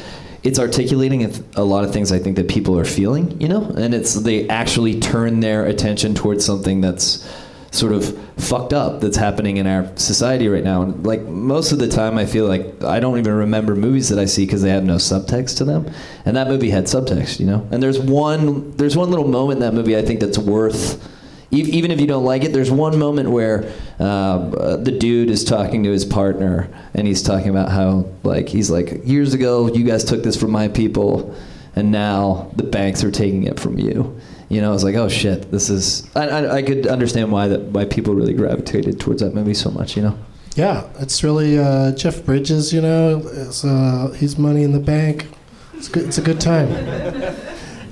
Speaker 9: it's articulating a th- a lot of things I think that people are feeling. You know, and it's they actually turn their attention towards something that's sort of fucked up that's happening in our society right now and like most of the time i feel like i don't even remember movies that i see because they have no subtext to them and that movie had subtext you know and there's one there's one little moment in that movie i think that's worth e- even if you don't like it there's one moment where um, uh, the dude is talking to his partner and he's talking about how like he's like years ago you guys took this from my people and now the banks are taking it from you you know, I was like, oh shit, this is. I, I, I could understand why that why people really gravitated towards that movie so much. You know.
Speaker 2: Yeah, it's really uh, Jeff Bridges. You know, is, uh, he's money in the bank. It's good. It's a good time.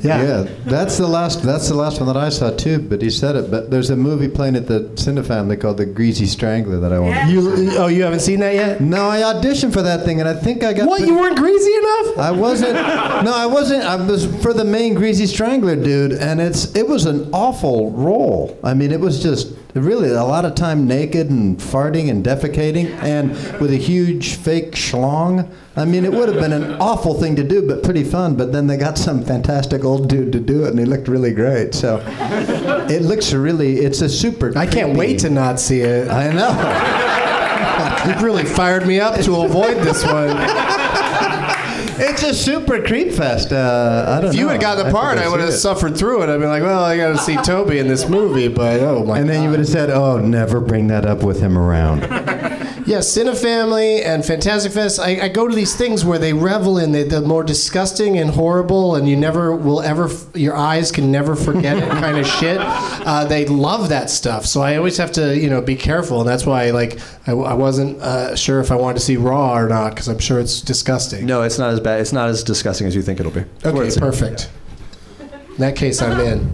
Speaker 7: Yeah. that's the last. That's the last one that I saw too. But he said it. But there's a movie playing at the Cinefamily called The Greasy Strangler that I want. to
Speaker 2: You oh, you haven't seen that yet?
Speaker 7: No, I auditioned for that thing, and I think I got.
Speaker 2: What?
Speaker 7: the-
Speaker 2: You weren't greasy enough?
Speaker 7: I wasn't. No, I wasn't. I was for the main Greasy Strangler dude, and it's it was an awful role. I mean, it was just really a lot of time naked and farting and defecating, and with a huge fake schlong. I mean, it would have been an awful thing to do, but pretty fun. But then they got some fantastic old dude to do it, and he looked really great. So it looks really. It's a super.
Speaker 2: I can't wait to not see it.
Speaker 7: I know.
Speaker 2: You've really fired me up to avoid this one.
Speaker 7: It's a super creep fest. Uh, I don't
Speaker 2: If
Speaker 7: know.
Speaker 2: you had gotten the
Speaker 7: think
Speaker 2: part, I
Speaker 7: I've
Speaker 2: would have
Speaker 7: seen it.
Speaker 2: suffered through it. I'd been like, well, I got to see Toby in this movie, but oh my.
Speaker 7: And then you would have said, "Oh, never bring that up with him around."
Speaker 2: Yeah, Cinefamily and Fantastic Fest. I, I go to these things where they revel in the, the more disgusting and horrible, and you never will ever, f- your eyes can never forget it kind of shit. Uh, they love that stuff, so I always have to, you know, be careful, and that's why, like, I, I wasn't uh, sure if I wanted to see Raw or not because I'm sure it's disgusting.
Speaker 4: No, it's not as bad. It's not as disgusting as you think it'll be. Worth
Speaker 2: Okay,
Speaker 4: seeing.
Speaker 2: perfect. In that case, I'm in.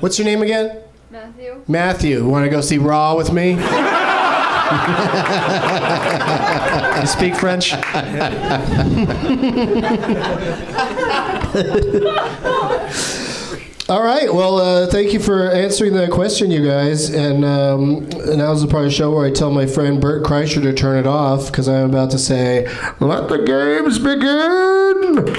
Speaker 2: What's your name again?
Speaker 12: Matthew.
Speaker 2: Matthew. Want to go see Raw with me?
Speaker 4: You speak French?
Speaker 2: All right. Well, uh, thank you for answering that question, you guys. And um, now's the part of the show where I tell my friend Bert Kreischer to turn it off because I'm about to say, "Let the games begin."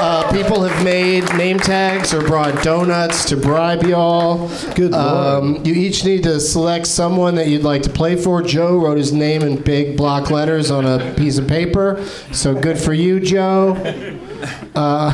Speaker 2: Uh, people have made name tags or brought donuts to bribe y'all.
Speaker 7: Good
Speaker 2: Um, you each need to select someone that you'd like to play for. Joe wrote his name in big block letters on a piece of paper, so good for you, Joe. Uh,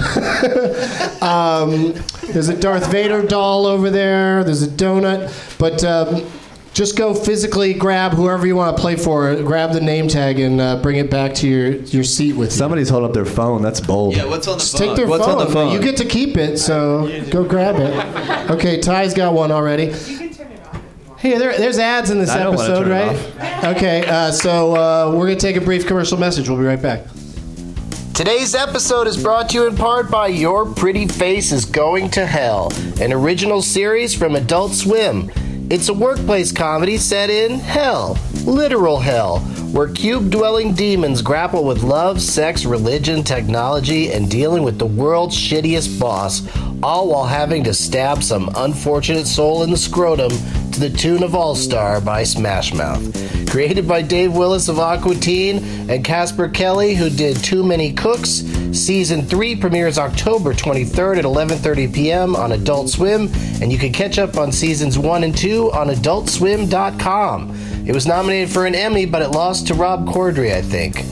Speaker 2: um, There's a Darth Vader doll over there. There's a donut. But um, just go physically grab whoever you want to play for. Grab the name tag and uh, bring it back to your, your seat with you.
Speaker 4: Somebody's holding up their phone. That's bold.
Speaker 9: what's on the
Speaker 2: Just take their phone. You get to keep it, so go grab it. Okay, Ty's got one already. Hey, there, there's ads in this
Speaker 4: I don't wanna
Speaker 2: episode,
Speaker 4: turn it
Speaker 2: right? Okay, uh, so uh, we're going to take a brief commercial message. We'll be right back.
Speaker 13: Today's episode is brought to you in part by Your Pretty Face is Going to Hell, an original series from Adult Swim. It's a workplace comedy set in hell, literal hell, where cube dwelling demons grapple with love, sex, religion, technology, and dealing with the world's shittiest boss, all while having to stab some unfortunate soul in the scrotum to the tune of All Star by Smash Mouth. Created by Dave Willis of Aqua Teen and Casper Kelly, who did Too Many Cooks. Season 3 premieres October 23rd at 11:30 p.m. on Adult Swim, and you can catch up on seasons 1 and 2 on adultswim.com. It was nominated for an Emmy, but it lost to Rob Corddry, I think.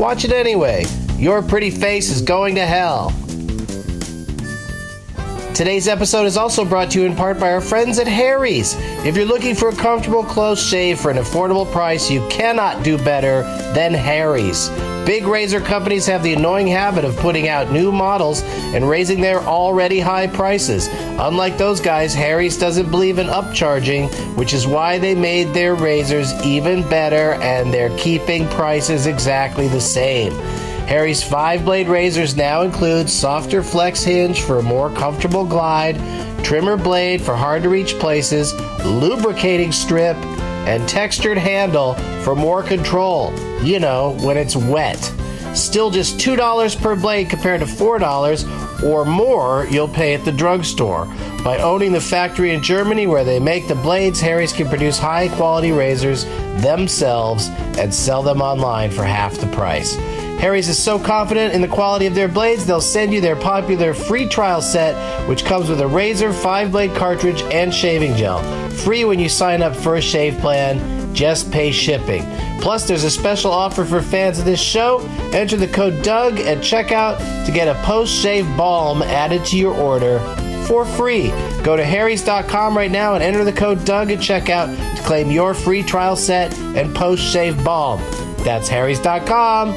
Speaker 13: Watch it anyway. Your pretty face is going to hell. Today's episode is also brought to you in part by our friends at Harry's. If you're looking for a comfortable, close shave for an affordable price, you cannot do better than Harry's. Big razor companies have the annoying habit of putting out new models and raising their already high prices. Unlike those guys, Harry's doesn't believe in upcharging, which is why they made their razors even better and they're keeping prices exactly the same. Harry's five blade razors now include softer flex hinge for a more comfortable glide, trimmer blade for hard to reach places, lubricating strip, and textured handle for more control, you know, when it's wet.
Speaker 2: Still just $2 per blade compared to $4 or more you'll pay at the drugstore. By owning the factory in Germany where they make the blades, Harry's can produce high quality razors themselves and sell them online for half the price. Harry's is so confident in the quality of their blades, they'll send you their popular free trial set, which comes with a razor, five blade cartridge, and shaving gel. Free when you sign up for a shave plan, just pay shipping. Plus, there's a special offer for fans of this show. Enter the code DOUG at checkout to get a post shave balm added to your order for free. Go to Harry's.com right now and enter the code DOUG at checkout to claim your free trial set and post shave balm. That's Harry's.com,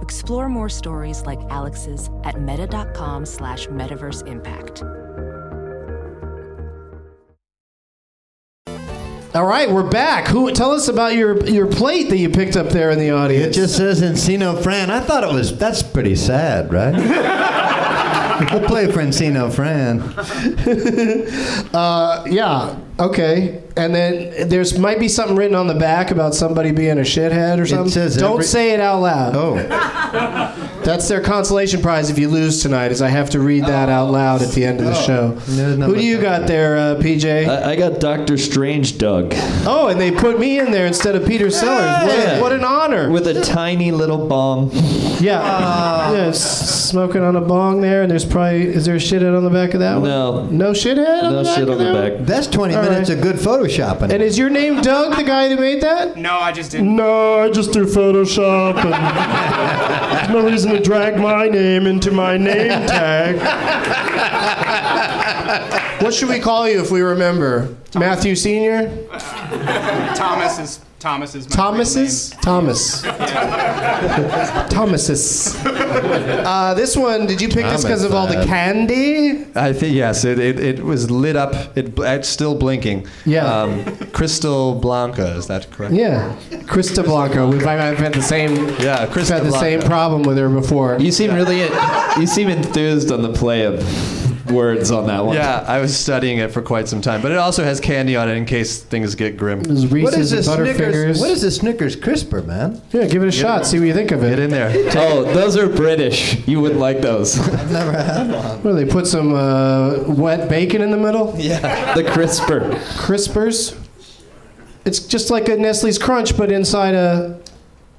Speaker 14: Explore more stories like Alex's at meta.com slash metaverse impact.
Speaker 7: All right, we're back. Who tell us about your your plate that you picked up there in the audience?
Speaker 15: It just says Encino Fran. I thought it was that's pretty sad, right? we'll play Francino Fran.
Speaker 7: uh, yeah. Okay. And then there's might be something written on the back about somebody being a shithead or something.
Speaker 15: says
Speaker 7: Don't
Speaker 15: every-
Speaker 7: say it out loud. Oh. That's their consolation prize if you lose tonight. Is I have to read
Speaker 15: Oh.
Speaker 7: that out loud at the end of the show. Who do you got there, uh, PJ?
Speaker 9: I, I got Doctor Strange Doug.
Speaker 7: Oh, and they put me in there instead of Peter Sellers. What,
Speaker 9: Yeah.
Speaker 7: what an honor.
Speaker 9: With a tiny little bong.
Speaker 7: Yeah. yeah, s- smoking on a bong there, and there's probably is there a shithead on the back of that one?
Speaker 9: No.
Speaker 7: No shithead. On
Speaker 9: No
Speaker 7: the back
Speaker 9: shit
Speaker 7: of
Speaker 9: on the
Speaker 7: that one?
Speaker 9: back.
Speaker 15: That's 20
Speaker 7: All
Speaker 15: minutes
Speaker 7: right.
Speaker 15: of good photoshopping.
Speaker 7: And is your name Doug, the guy that made that?
Speaker 16: No, I just didn't.
Speaker 7: No, I just do Photoshop. And there's no reason to drag my name into my name tag. what should we call you if we remember? Matthew Senior?
Speaker 16: Thomas is Thomas is my
Speaker 7: Thomas's? Thomas. Thomas's. Uh, this one, did you pick this because of all the
Speaker 4: Thomas, uh,
Speaker 7: candy?
Speaker 4: I think yes. It, it, it was lit up. It bl- it's still blinking.
Speaker 7: Yeah.
Speaker 4: Um, Crystal Blanca. Is that correct?
Speaker 7: Yeah, Krista Blanco. We've I've had the same.
Speaker 4: Yeah, Krista
Speaker 7: had the same
Speaker 4: Blanco.
Speaker 7: problem with her before.
Speaker 9: You seem really you seem enthused on the play of words on that one.
Speaker 4: Yeah, I was studying it for quite some time, but it also has candy on it in case things get grim.
Speaker 15: what is this Snickers? What is this Snickers crisper, man?
Speaker 7: Yeah, give it a shot. See what you think of it. Get
Speaker 4: in there.
Speaker 9: Oh, those are British. You would like those.
Speaker 15: I've never had one.
Speaker 7: Well, they put some uh, wet bacon in the middle.
Speaker 9: Yeah, the crisper.
Speaker 7: Crispers. It's just like a Nestle's Crunch, but inside a.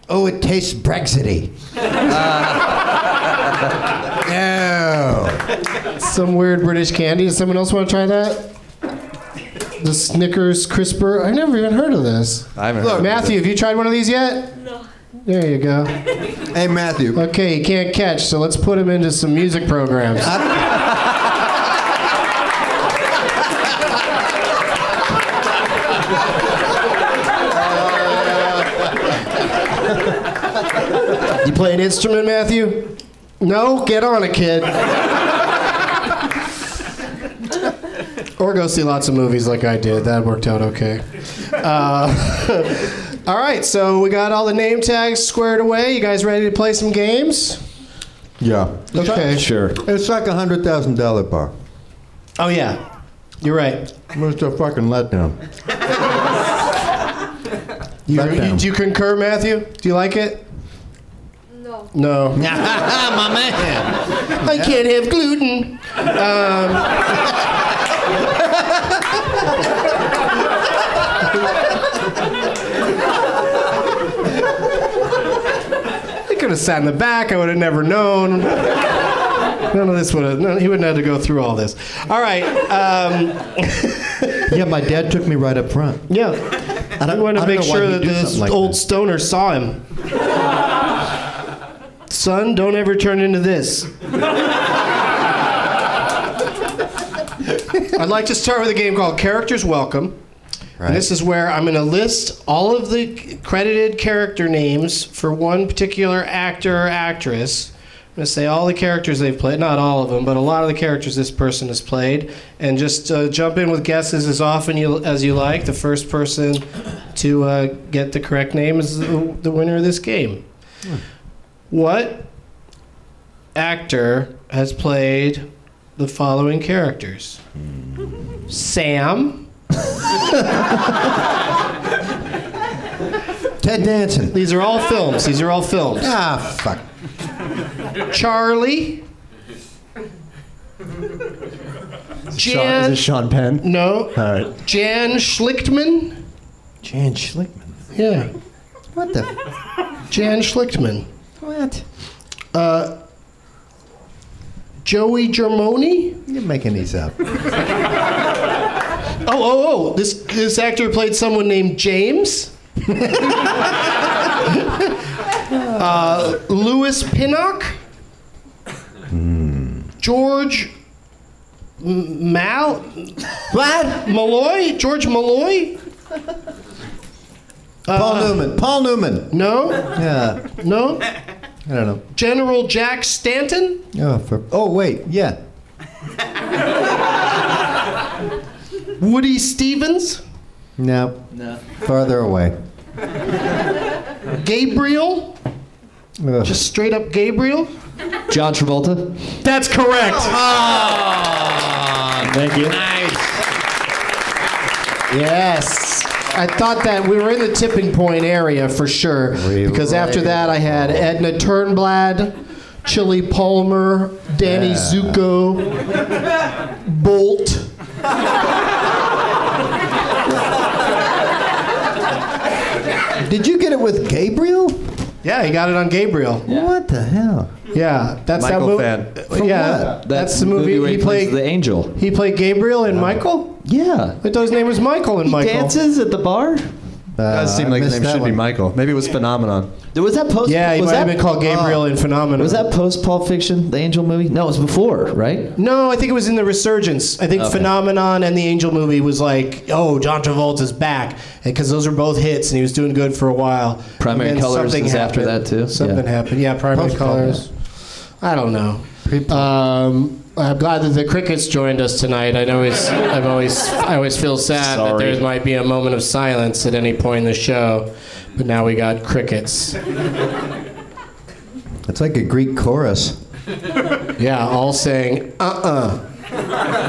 Speaker 15: Oh, it tastes Brexity. Oh.
Speaker 7: No. Some weird British candy. Does someone else want to try that? The Snickers crisper. I've never even heard of this.
Speaker 4: I haven't
Speaker 7: Look,
Speaker 4: heard of
Speaker 7: Matthew, have you tried one of these yet? No. There you go.
Speaker 15: Hey, Matthew.
Speaker 7: Okay, he can't catch, so let's put him into some music programs. you play an instrument, Matthew? No? Get on it, kid. or go see lots of movies like I did. That worked out okay. Uh, all right, so we got all the name tags squared away. You guys ready to play some games?
Speaker 15: Yeah.
Speaker 7: Okay.
Speaker 9: Sure.
Speaker 15: It's like a hundred thousand dollar bar.
Speaker 7: Oh yeah, you're right.
Speaker 15: It's a fucking letdown.
Speaker 7: You, you, do you concur, Matthew? Do you like it? No. No.
Speaker 15: My man.
Speaker 7: I can't have gluten. Um, I can
Speaker 2: have sat in the back. I would have never known. None of this would have. None, he wouldn't have had to go through all this. All right. Um,
Speaker 7: yeah, my dad took me right up front.
Speaker 2: Yeah.
Speaker 7: I
Speaker 2: I
Speaker 7: don't,
Speaker 2: want
Speaker 7: I
Speaker 2: to
Speaker 7: don't
Speaker 2: make
Speaker 7: know why
Speaker 2: sure
Speaker 7: he'd
Speaker 2: that
Speaker 7: do
Speaker 2: this
Speaker 7: something like
Speaker 2: old stoner saw him. Son, don't ever turn into this. I'd like to start with a game called Characters Welcome. And this is where I'm going to list all of the c- credited character names for one particular actor or actress. I'm going to say all the characters they've played, not all of them, but a lot of the characters this person has played, and just uh, jump in with guesses as often you, as you like. The first person to uh, get the correct name is the, the winner of this game. What actor has played the following characters? Sam.
Speaker 7: Ted Danson.
Speaker 2: These are all films. These are all films.
Speaker 7: Ah, fuck.
Speaker 2: Charlie.
Speaker 7: Sean, is
Speaker 2: Jan.
Speaker 7: it Sean Penn?
Speaker 2: No.
Speaker 7: All right.
Speaker 2: Jan Schlichtman.
Speaker 7: Jan Schlichtman.
Speaker 2: Yeah.
Speaker 7: What the?
Speaker 2: Jan Schlichtman.
Speaker 7: What?
Speaker 2: Uh, Joey Germoni.
Speaker 7: You're making these up.
Speaker 2: Oh, oh, oh! This this actor played someone named James. uh, Louis Pinnock.
Speaker 7: Hmm.
Speaker 2: George M- Mal. What? Malloy. George Malloy.
Speaker 7: Paul Newman. Paul Newman.
Speaker 2: No.
Speaker 7: Yeah.
Speaker 2: No.
Speaker 7: I don't know.
Speaker 2: General Jack Stanton.
Speaker 7: Oh, for, oh wait. Yeah.
Speaker 2: Woody Stevens.
Speaker 7: No. No. Farther away.
Speaker 2: Gabriel.
Speaker 7: Ugh.
Speaker 2: Just straight up Gabriel. Oh,
Speaker 9: John Travolta.
Speaker 2: That's correct.
Speaker 9: Thank you.
Speaker 2: Yes. I thought that we were in the tipping point area for sure. because after that, I had Edna Turnblad, Chili Palmer, Danny
Speaker 7: Yeah.
Speaker 2: Zuko, Bolt.
Speaker 7: Did you get it with Gabriel?
Speaker 2: Yeah, he got it on Gabriel.
Speaker 7: What the hell?
Speaker 2: Yeah, that's
Speaker 7: Michael
Speaker 2: that
Speaker 7: Fan.
Speaker 2: movie.
Speaker 7: From
Speaker 2: yeah,
Speaker 7: what?
Speaker 2: that's the movie,
Speaker 9: where
Speaker 2: he played.
Speaker 9: plays the angel.
Speaker 2: he played Gabriel and Michael.
Speaker 9: Yeah.
Speaker 2: I thought his name was Michael and Michael.
Speaker 9: Dances at the bar.
Speaker 4: does seem
Speaker 7: Uh, I
Speaker 4: like his
Speaker 7: missed
Speaker 4: name
Speaker 7: that
Speaker 4: should be
Speaker 7: one.
Speaker 4: Michael. Maybe it was Phenomenon.
Speaker 9: There was that post.
Speaker 2: Yeah, he
Speaker 9: was
Speaker 2: might have
Speaker 9: that- uh, Ah.
Speaker 2: been called Gabriel in Phenomenon.
Speaker 9: Was that post Pulp Fiction, the Angel movie? No, it was before, right?
Speaker 2: No, I think it was in the Resurgence. I think
Speaker 9: Okay.
Speaker 2: Phenomenon and the Angel movie was like, oh, John Travolta's back, because those are both hits, and he was doing good for a while.
Speaker 9: Primary
Speaker 2: And then
Speaker 9: Colors
Speaker 2: something
Speaker 9: is after
Speaker 2: happened.
Speaker 9: that too.
Speaker 2: Something
Speaker 9: Yeah.
Speaker 2: happened. Yeah, Primary Colors. I don't know. Um, I'm glad that the crickets joined us tonight. I always, I've always, I always feel sad that
Speaker 9: Sorry.
Speaker 2: there might be a moment of silence at any point in the show, but now we got crickets.
Speaker 7: It's like a Greek chorus.
Speaker 2: Yeah, all saying, uh uh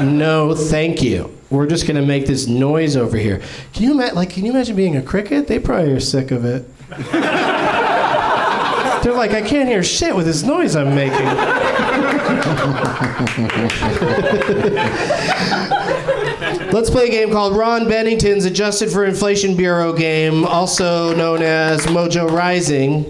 Speaker 2: No, thank you. We're just going to make this noise over here. Can you, ima- like, can you imagine being a cricket? They probably are sick of it. They're like, I can't hear shit with this noise I'm making. Let's play a game called Ron Bennington's Adjusted for Inflation Bureau game, also known as Mojo Rising.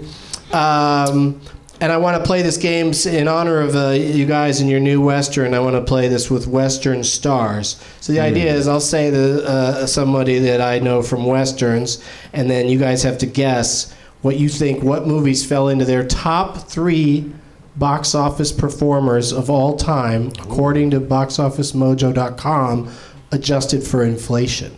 Speaker 2: Um, and I want to play this game s- in honor of uh, you guys in your new Western. I want to play this with Western stars. So the idea is I'll say the, uh, somebody that I know from Westerns, and then you guys have to guess what you think, what movies fell into their top three box office performers of all time, according to boxofficemojo.com, adjusted for inflation.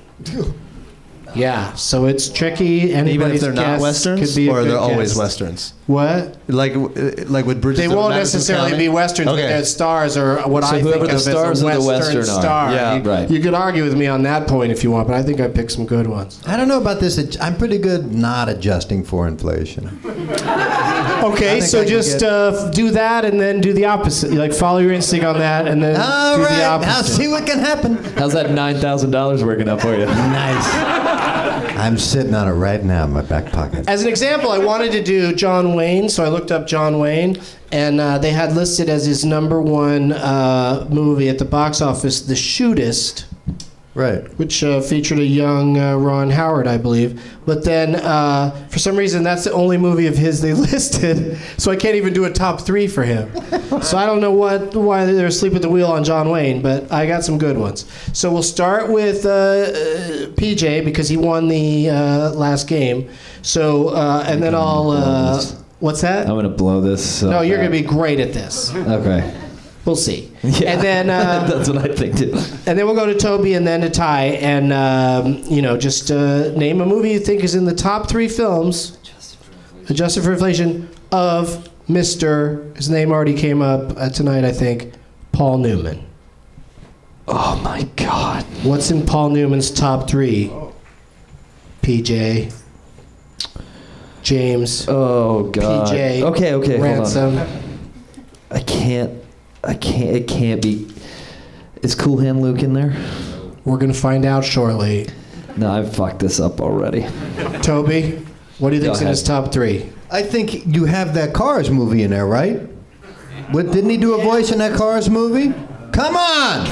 Speaker 2: Yeah, so it's tricky. Anybody's
Speaker 4: Even if they're not
Speaker 2: guess
Speaker 4: westerns,
Speaker 2: could be a
Speaker 4: or
Speaker 2: good
Speaker 4: they're always
Speaker 2: guess.
Speaker 4: westerns.
Speaker 2: What?
Speaker 4: Like, uh, like with Bridges.
Speaker 2: They
Speaker 4: of
Speaker 2: won't
Speaker 4: Madison
Speaker 2: necessarily
Speaker 4: County?
Speaker 2: be westerns, but
Speaker 4: Okay.
Speaker 2: their stars are what
Speaker 4: So
Speaker 2: I
Speaker 4: whoever
Speaker 2: think
Speaker 4: the
Speaker 2: of
Speaker 4: stars
Speaker 2: as a
Speaker 4: of the
Speaker 2: western
Speaker 4: Western are.
Speaker 2: star.
Speaker 4: Yeah,
Speaker 2: you,
Speaker 4: right.
Speaker 2: You could argue with me on that point if you want, but I think I picked some good ones.
Speaker 7: I don't know about this. ad- I'm pretty good not adjusting for inflation.
Speaker 2: Okay, so just uh, do that and then do the opposite. Like follow your instinct on that and then
Speaker 7: All
Speaker 2: do
Speaker 7: right,
Speaker 2: the
Speaker 7: I'll
Speaker 2: opposite.
Speaker 7: see what can happen.
Speaker 9: How's that nine thousand dollars working out for you?
Speaker 7: Nice. I'm sitting on it right now in my back pocket.
Speaker 2: As an example, I wanted to do John Wayne, so I looked up John Wayne, and uh, they had listed as his number one uh, movie at the box office, The Shootist.
Speaker 7: Right.
Speaker 2: Which uh, featured a young uh, Ron Howard, I believe. But then, uh, for some reason, that's the only movie of his they listed, so I can't even do a top three for him. so I don't know what why they're asleep at the wheel on John Wayne, but I got some good ones. So we'll start with uh, uh, PJ because he won the uh, last game. So uh, and then I'll. Uh, what's that?
Speaker 9: I'm gonna blow this. so
Speaker 2: No, you're
Speaker 9: bad.
Speaker 2: gonna be great at this.
Speaker 9: Okay.
Speaker 2: We'll see. And then uh,
Speaker 9: that's what I think too.
Speaker 2: and then we'll go to Toby and then to Ty, and um, you know, just uh, name a movie you think is in the top three films, adjusted for inflation, of Mister. His name already came up uh, tonight, I think. Paul Newman.
Speaker 9: Oh my God!
Speaker 2: What's in Paul Newman's top three? PJ. James.
Speaker 9: Oh God.
Speaker 2: PJ.
Speaker 9: Okay, okay, hold on.
Speaker 2: Ransom.
Speaker 9: I can't. I can't. It can't be. Is Cool Hand Luke in there?
Speaker 2: We're gonna find out shortly.
Speaker 9: No, I fucked this up already.
Speaker 2: Toby, what do you
Speaker 9: Go
Speaker 2: think's in his
Speaker 9: ahead.
Speaker 2: top three?
Speaker 7: I think you have that Cars movie in there, right? What, didn't he do a voice in that Cars movie? Come on!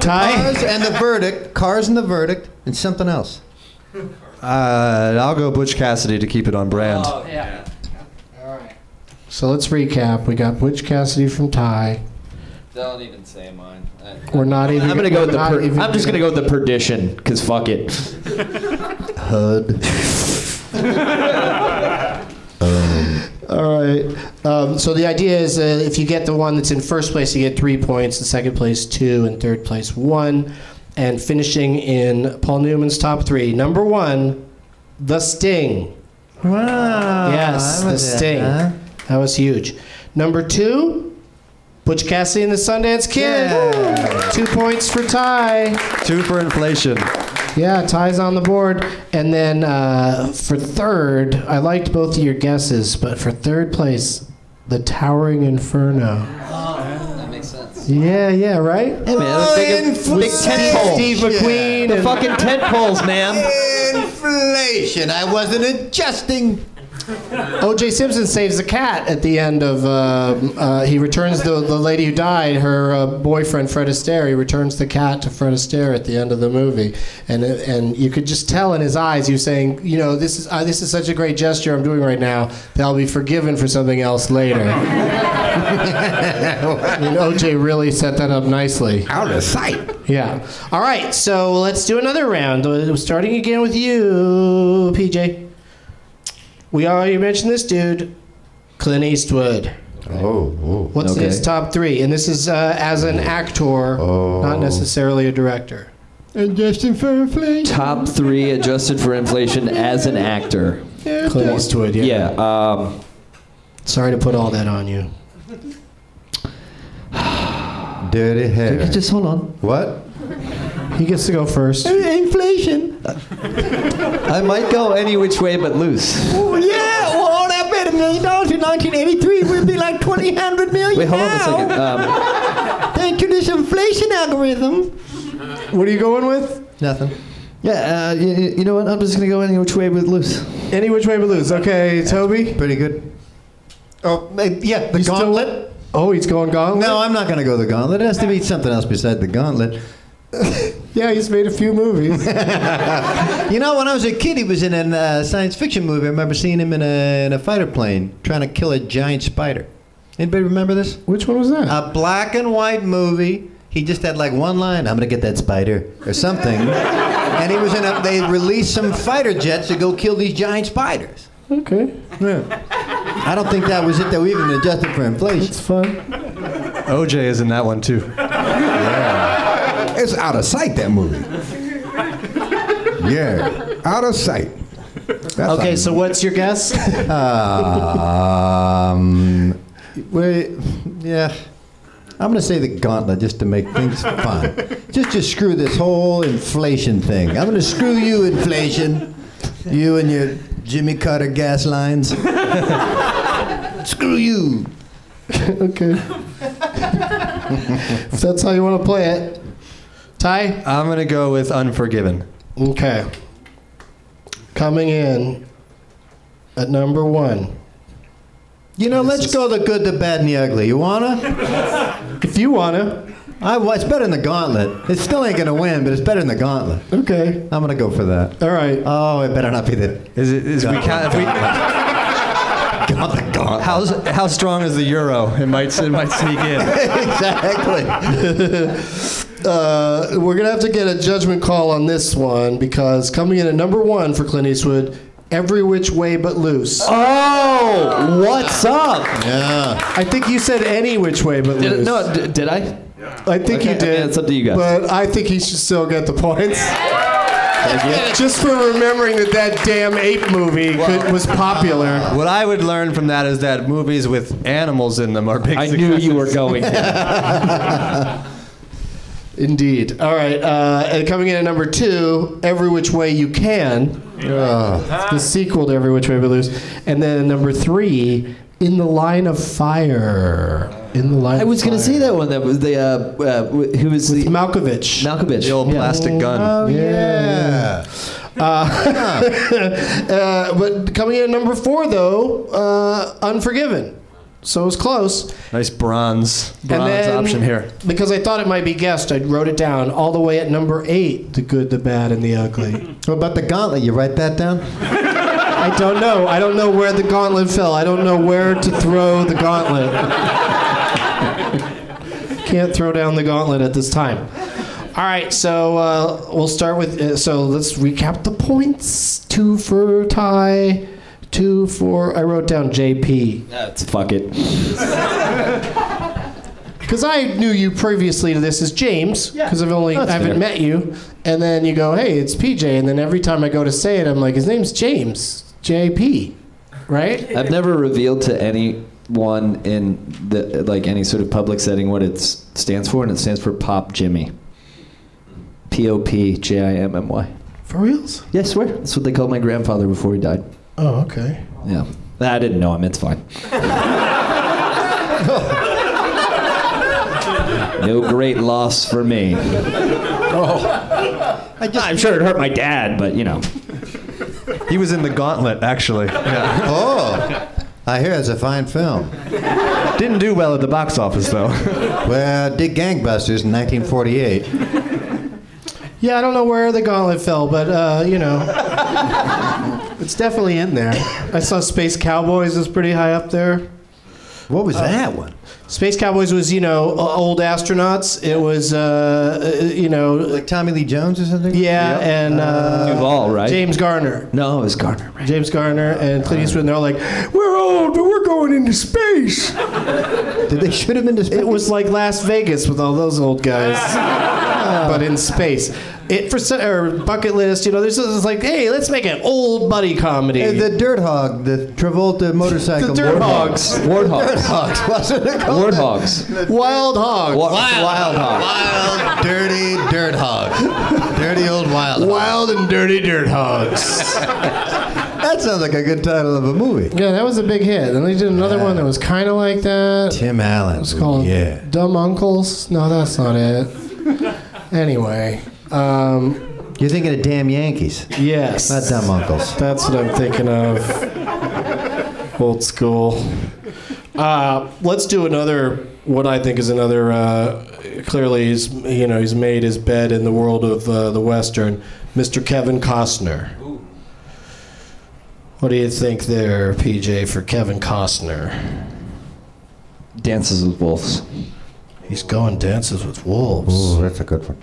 Speaker 2: Ty?
Speaker 7: Cars and the Verdict. Cars and the Verdict and something else.
Speaker 4: Uh, I'll go Butch Cassidy to keep it on brand.
Speaker 17: yeah.
Speaker 2: So let's recap. We got Butch Cassidy from Ty.
Speaker 9: Don't even say mine.
Speaker 2: We're not even.
Speaker 9: I'm gonna go with the.
Speaker 2: we're not
Speaker 9: Per-
Speaker 2: even
Speaker 9: I'm just gonna go with the perdition, cause fuck it.
Speaker 7: HUD.
Speaker 2: All right. Um, so the idea is uh, if you get the one that's in first place, you get three points. In second place, two. In third place, one. And finishing in Paul Newman's top three. Number one, The Sting.
Speaker 7: Wow.
Speaker 2: yes,
Speaker 7: that
Speaker 2: The
Speaker 7: was it,
Speaker 2: Sting.
Speaker 7: huh?
Speaker 2: That was huge. Number two, Butch Cassidy and the Sundance Kid. Woo! Two points for Ty.
Speaker 4: Two for inflation.
Speaker 2: Yeah, Ty's on the board. And then uh, for third, I liked both of your guesses, but for third place, The Towering Inferno.
Speaker 9: Oh, That makes sense.
Speaker 2: Yeah, yeah, right? Hey,
Speaker 9: man, Oh, big- inflation. big tent pole.
Speaker 2: Steve McQueen.
Speaker 9: The
Speaker 2: and-
Speaker 9: fucking tent poles, man.
Speaker 7: Inflation. I wasn't adjusting.
Speaker 2: O.J. Simpson saves the cat at the end of. um uh, he returns the, the lady who died, her uh, boyfriend Fred Astaire. He returns the cat to Fred Astaire at the end of the movie, and it- and you could just tell in his eyes he was saying, you know, this is uh, this is such a great gesture I'm doing right now that I'll be forgiven for something else later. and O.J. really set that up nicely.
Speaker 7: Out of sight.
Speaker 2: Yeah. All right, so let's do another round. Uh, Starting again with you, PJ. We already mentioned this dude, Clint Eastwood.
Speaker 7: Oh,
Speaker 2: What's his top three? And this is uh, as an actor, not necessarily a director.
Speaker 7: Adjusting for inflation.
Speaker 9: Top three adjusted for inflation as an actor.
Speaker 2: Clint Eastwood, yeah.
Speaker 9: Yeah. Um,
Speaker 2: Sorry to put all that on you.
Speaker 7: Dirty hair.
Speaker 9: just hold on.
Speaker 7: What?
Speaker 2: He gets to go first.
Speaker 7: Inflation.
Speaker 9: I might go any which way but loose.
Speaker 7: Oh, yeah. Well, all that made a million dollars in 1983 would be like 2,000 million
Speaker 9: Wait, hold on a second. Um,
Speaker 7: Thank you to this inflation algorithm.
Speaker 2: What are you going with?
Speaker 7: Nothing.
Speaker 9: yeah, uh, you, you know what? I'm just gonna go any which way but loose.
Speaker 2: Any which way but lose. Okay, Toby.
Speaker 7: Pretty good. Oh, maybe, yeah, the
Speaker 2: You still-
Speaker 7: gauntlet.
Speaker 2: Oh, he's going gauntlet?
Speaker 7: No, I'm not going to go the gauntlet. It has to be something else beside the gauntlet.
Speaker 2: Yeah, he's made a few movies.
Speaker 7: You know, when I was a kid, he was in a uh, science fiction movie. I remember seeing him in a, in a fighter plane trying to kill a giant spider. Anybody remember this?
Speaker 2: Which one was that?
Speaker 7: A black and white movie. He just had like one line, "I'm gonna get that spider" or something, and he was in a. They released some fighter jets to go kill these giant spiders.
Speaker 2: okay,
Speaker 7: Yeah. I don't think that was it. That we even adjusted for inflation.
Speaker 2: it's fun.
Speaker 4: OJ is in that one too.
Speaker 18: It's out of sight that movie. Yeah, out of sight. That's
Speaker 2: Okay,
Speaker 18: out-
Speaker 2: so what's your guess?
Speaker 7: Um, wait, yeah. I'm going to say the gauntlet just to make things fun. Just to screw this whole inflation thing. I'm going to screw you, inflation. You and your Jimmy Carter gas lines. screw you.
Speaker 2: okay. if that's how you want to play it. Ty?
Speaker 4: I'm gonna go with Unforgiven.
Speaker 2: Okay. Coming in at number one.
Speaker 7: You know, let's go the good, the bad, and the ugly. You wanna?
Speaker 2: If you wanna.
Speaker 7: I, well, it's better than the Gauntlet. It still ain't gonna win, but it's better than the Gauntlet.
Speaker 2: Okay.
Speaker 7: I'm gonna go for that.
Speaker 2: All right.
Speaker 7: Oh, it better not be the.
Speaker 4: Is it? Is we count? If we, How's, how strong is the euro? It might it might sneak in.
Speaker 2: exactly. uh, we're gonna have to get a judgment call on this one because coming in at number one for Clint Eastwood, "Every Which Way But Loose."
Speaker 4: Oh, what's up?
Speaker 7: Yeah.
Speaker 2: I think you said any which way but
Speaker 9: Did it-
Speaker 2: loose.
Speaker 9: no, d- did I?
Speaker 2: I think you
Speaker 9: Okay,
Speaker 2: did.
Speaker 9: yeah, it's up to you guys.
Speaker 2: But I think he should still get the points. Just for remembering that that damn ape movie could, was popular.
Speaker 4: What I would learn from that is that movies with animals in them are big. I
Speaker 9: knew you were going.
Speaker 2: Indeed. All right. Uh, and coming in at number two, Every Which Way You Can. Ugh, it's the sequel to Every Which Way But Loose. And then number three, In the Line of Fire. In the Line
Speaker 9: I was
Speaker 2: going
Speaker 9: to say that one. That was the uh, uh, wh- who was the
Speaker 2: Malkovich.
Speaker 9: Malkovich. The
Speaker 4: old plastic gun.
Speaker 2: Oh, yeah. Uh, uh, but coming in at number four, though, uh, Unforgiven. So it was close.
Speaker 4: Nice bronze
Speaker 2: And
Speaker 4: bronze
Speaker 2: then,
Speaker 4: option here.
Speaker 2: Because I thought it might be guessed, I wrote it down all the way at number eight the good, the bad, and the ugly.
Speaker 7: What about the Gauntlet? You write that down?
Speaker 2: I don't know. I don't know where the gauntlet fell. I don't know where to throw the gauntlet. Can't throw down the gauntlet at this time. All right, so uh, we'll start with. Uh, so let's recap the points. Two for Ty, two for. I wrote down JP.
Speaker 9: That's fuck it.
Speaker 2: Because I knew you previously to this as James, because I've only
Speaker 9: Oh, That's
Speaker 2: I haven't
Speaker 9: fair.
Speaker 2: met you, and then you go, hey, it's PJ, and then every time I go to say it, I'm like, his name's James, JP, right?
Speaker 9: I've never revealed to anyone in the like any sort of public setting what it s- stands for, and it stands for Pop Jimmy. P O P J I M M Y.
Speaker 2: For reals?
Speaker 9: Yeah, I swear. That's what they called my grandfather before he died.
Speaker 2: Oh, okay.
Speaker 9: Yeah. I didn't know him. It's fine. no great loss for me.
Speaker 7: I
Speaker 9: I'm sure it hurt my dad, but you know.
Speaker 4: He was in the Gauntlet, actually. Yeah.
Speaker 7: Oh, I hear it's a fine film.
Speaker 4: Didn't do well at the box office though.
Speaker 7: well, did Gangbusters in 1948.
Speaker 2: Yeah, I don't know Oh, where the gauntlet fell, but uh, you know, it's definitely in there. I saw Space Cowboys was pretty high up Uh, there.
Speaker 7: What was that one?
Speaker 2: Space Cowboys was you know o- old astronauts. It was uh, uh, you know like
Speaker 7: Tommy Lee Jones or something.
Speaker 2: Yeah, and uh,
Speaker 9: Duvall, right?
Speaker 2: James Garner.
Speaker 9: No, it was Garner.
Speaker 2: James Garner and Clint Eastwood, and they're all like, "We're old, but we're going into space."
Speaker 7: Did they shoot him into space?
Speaker 2: It was like Las Vegas with all those old guys, Uh, but in space. It for so- or bucket list, you know. There's it's like, hey, let's make an old buddy comedy.
Speaker 7: Hey, the Dirt Hog, the Travolta motorcycle.
Speaker 2: The Dirt Hogs.
Speaker 9: Warthogs.
Speaker 7: Dirt Hogs. Wasn't it called?
Speaker 9: Warthogs.
Speaker 2: Wild Hogs.
Speaker 9: Wa- wild hogs.
Speaker 7: Wild, dirty Dirt Hogs. Dirty old Wild. Hogs.
Speaker 2: Wild and dirty dirt hogs.
Speaker 7: That sounds like a good title of a movie.
Speaker 2: yeah, that was a big hit. Then they did another one that was kind of like that.
Speaker 7: Tim Allen. It's
Speaker 2: called
Speaker 7: Yeah.
Speaker 2: Dumb Uncles. No, that's not it. anyway, um,
Speaker 7: You're thinking of Damn Yankees.
Speaker 2: yes,
Speaker 7: Not Dumb Uncles.
Speaker 2: That's what I'm thinking of. Old school. Uh, let's do another. What I think is another. Uh, clearly, he's you know he's made his bed in the world of uh, the western. Mr. Kevin Costner. What do you think there, PJ, for Kevin Costner?
Speaker 9: Dances with Wolves.
Speaker 2: He's going dances with wolves.
Speaker 7: Ooh, that's a good one.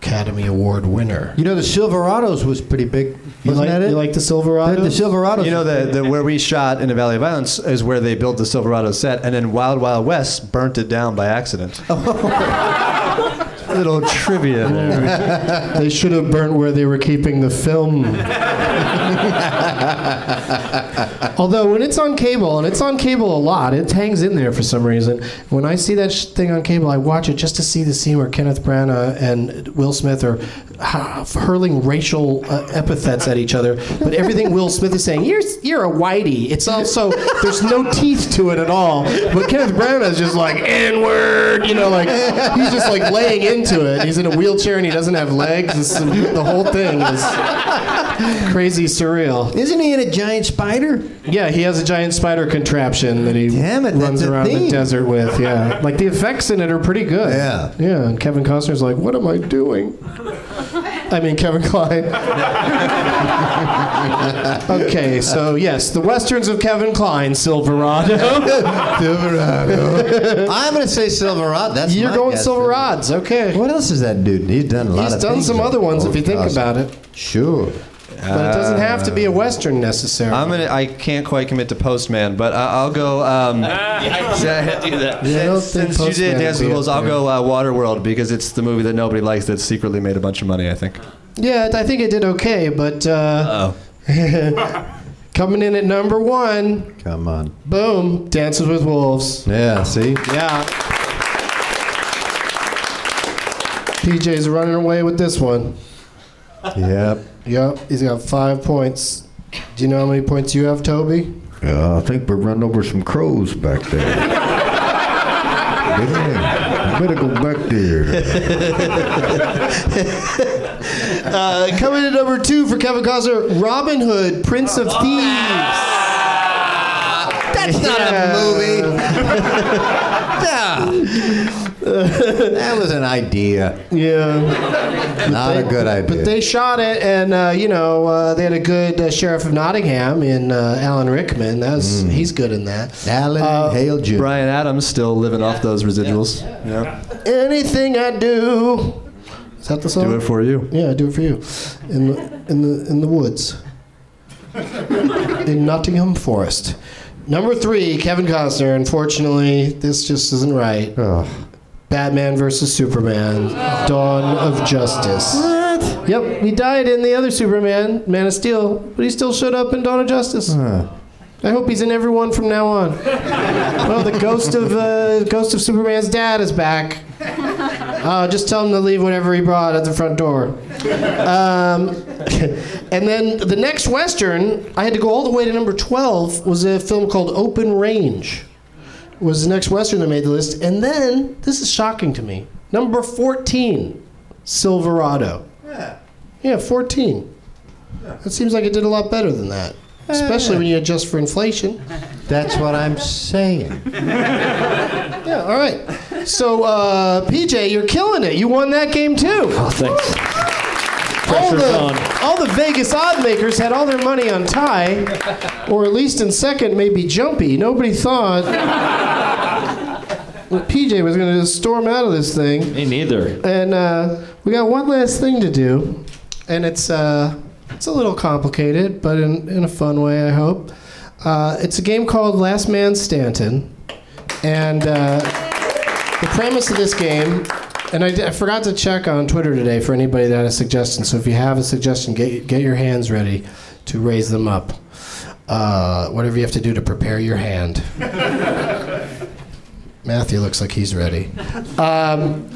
Speaker 2: Academy Award winner.
Speaker 7: You know, the Silverados was pretty big. Wasn't
Speaker 2: You like,
Speaker 7: that it?
Speaker 2: you like the Silverado?
Speaker 7: the, the Silverados.
Speaker 4: You know that the, where we shot in the Valley of Violence is where they built the Silverado set, and then Wild Wild West burnt it down by accident.
Speaker 2: Oh.
Speaker 4: Little trivia there.
Speaker 2: they should have burnt where they were keeping the film. Although when it's on cable, and it's on cable a lot, it hangs in there for some reason. When I see that sh- thing on cable, I watch it just to see the scene where Kenneth Branagh and Will Smith are uh, hurling racial uh, epithets at each other, but everything Will Smith is saying, you're, you're a whitey. It's also, there's no teeth to it at all. But Kenneth Branagh is just like, N word, you know, like, he's just like laying into it. He's in a wheelchair and he doesn't have legs. This is- the whole thing is crazy surreal.
Speaker 7: Isn't he in a giant spider?
Speaker 2: Yeah, he has a giant spider contraption that he runs around the
Speaker 7: theme.
Speaker 2: desert with. Yeah, like the effects in it are pretty good.
Speaker 7: Yeah.
Speaker 2: yeah. And Kevin Costner's like, "What am I doing?" I mean, Kevin Klein. okay, so yes, the westerns of Kevin Klein, Silverado.
Speaker 7: Silverado. I'm going to say Silverado. That's
Speaker 2: You're
Speaker 7: my
Speaker 2: going
Speaker 7: guess.
Speaker 2: Silverados. Okay.
Speaker 7: What else is that dude? He's done a lot
Speaker 2: He's
Speaker 7: of
Speaker 2: done
Speaker 7: things
Speaker 2: some
Speaker 7: with
Speaker 2: other ones if you
Speaker 7: Old
Speaker 2: think
Speaker 7: Cosby.
Speaker 2: about it.
Speaker 7: Sure.
Speaker 2: But it doesn't have to be a western necessarily.
Speaker 4: I'm gonna. I can't quite commit to Postman, but I, I'll go. Um,
Speaker 1: do that.
Speaker 2: Yeah, I don't think
Speaker 4: since you did
Speaker 2: Postman
Speaker 4: Dance
Speaker 2: would
Speaker 4: with
Speaker 2: be
Speaker 4: Wolves,
Speaker 2: up
Speaker 4: I'll
Speaker 2: there.
Speaker 4: go uh, Waterworld because it's the movie that nobody likes that secretly made a bunch of money. I think.
Speaker 2: Yeah, I think it did okay, but uh, coming in at number one,
Speaker 7: Come on.
Speaker 2: boom, Dances with Wolves.
Speaker 7: Yeah, see?
Speaker 2: Yeah. PJ's running away with this one.
Speaker 7: Yep.
Speaker 2: Yep, he's got five points. Do you know how many points you have, Toby?
Speaker 18: Uh, I think we run over some crows back there. Yeah, better go back there.
Speaker 2: Uh, coming in at number two for Kevin Costner, Robin Hood, Prince
Speaker 4: Oh,
Speaker 2: of Thieves.
Speaker 7: That's not a movie. Yeah. that was an idea.
Speaker 2: Yeah.
Speaker 7: Not a good idea.
Speaker 2: But they shot it, and uh, you know uh, they had a good uh, sheriff of Nottingham in uh, Alan Rickman. That's
Speaker 4: Mm.
Speaker 2: he's good in that.
Speaker 7: Alan
Speaker 2: Uh,
Speaker 7: Hale Jr.
Speaker 4: Brian Adams still living off those residuals. Yeah.
Speaker 2: Anything I do. Is that the song?
Speaker 4: Do it for you.
Speaker 2: Yeah, do it for you. In the in the in the woods. in Nottingham Forest. Number three, Kevin Costner. Unfortunately, this just isn't right. Batman versus Superman: Dawn of Justice. What? Yep, he died in the other Superman, Man of Steel, but he still showed up in Dawn of Justice. I hope he's in everyone from now on. well, the ghost of uh, ghost of Superman's dad is back. Uh, just tell him to leave whatever he brought at the front door. Um, and then the next Western, I had to go all the way to number 12, was a film called Open Range. Was the next Western that made the list. And then, this is shocking to me, number 14, Silverado. Yeah, 14. That seems like it did a lot better than that, especially when you adjust for inflation.
Speaker 7: That's what I'm saying.
Speaker 2: Yeah, all right. So, uh, PJ, you're killing it. You won that game too. Oh,
Speaker 9: thanks.
Speaker 2: All
Speaker 9: Pressure's on.
Speaker 2: the, all the Vegas odd makers had all their money on tie, or at least in second, maybe jumpy. Nobody thought that PJ was going to just storm out of this thing.
Speaker 9: Me neither.
Speaker 2: And uh, we got one last thing to do, and it's uh, it's a little complicated, but in, in a fun way, I hope. Uh, it's a game called Last Man Stanton, and uh, the premise of this game. And I, did- I forgot to check on Twitter today for anybody that had a suggestion. So if you have a suggestion, get get your hands ready to raise them up. Uh, whatever you have to do to prepare your hand. Matthew looks like he's ready. Um,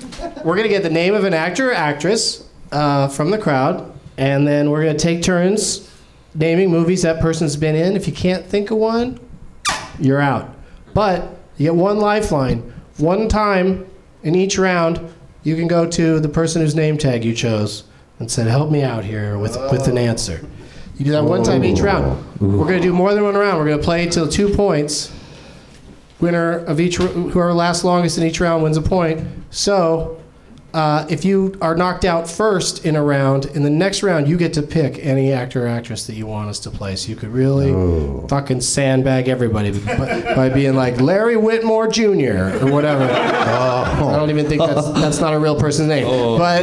Speaker 2: we're going to get the name of an actor or actress uh, from the crowd, and then we're going to take turns naming movies that person's been in. If you can't think of one, you're out. But you get one lifeline. One time in each round, you can go to the person whose name tag you chose and said, "Help me out here with with an answer." You do that one time each round. We're going to do more than one round. We're going to play till two points. Winner of each, whoever lasts longest in each round wins a point. So, uh, if you are knocked out first in a round, in the next round you get to pick any actor or actress that you want us to play. So you could really fucking sandbag everybody by, by being like Larry Whitmore Jr. or whatever. I don't even think that's that's not a real person's name, but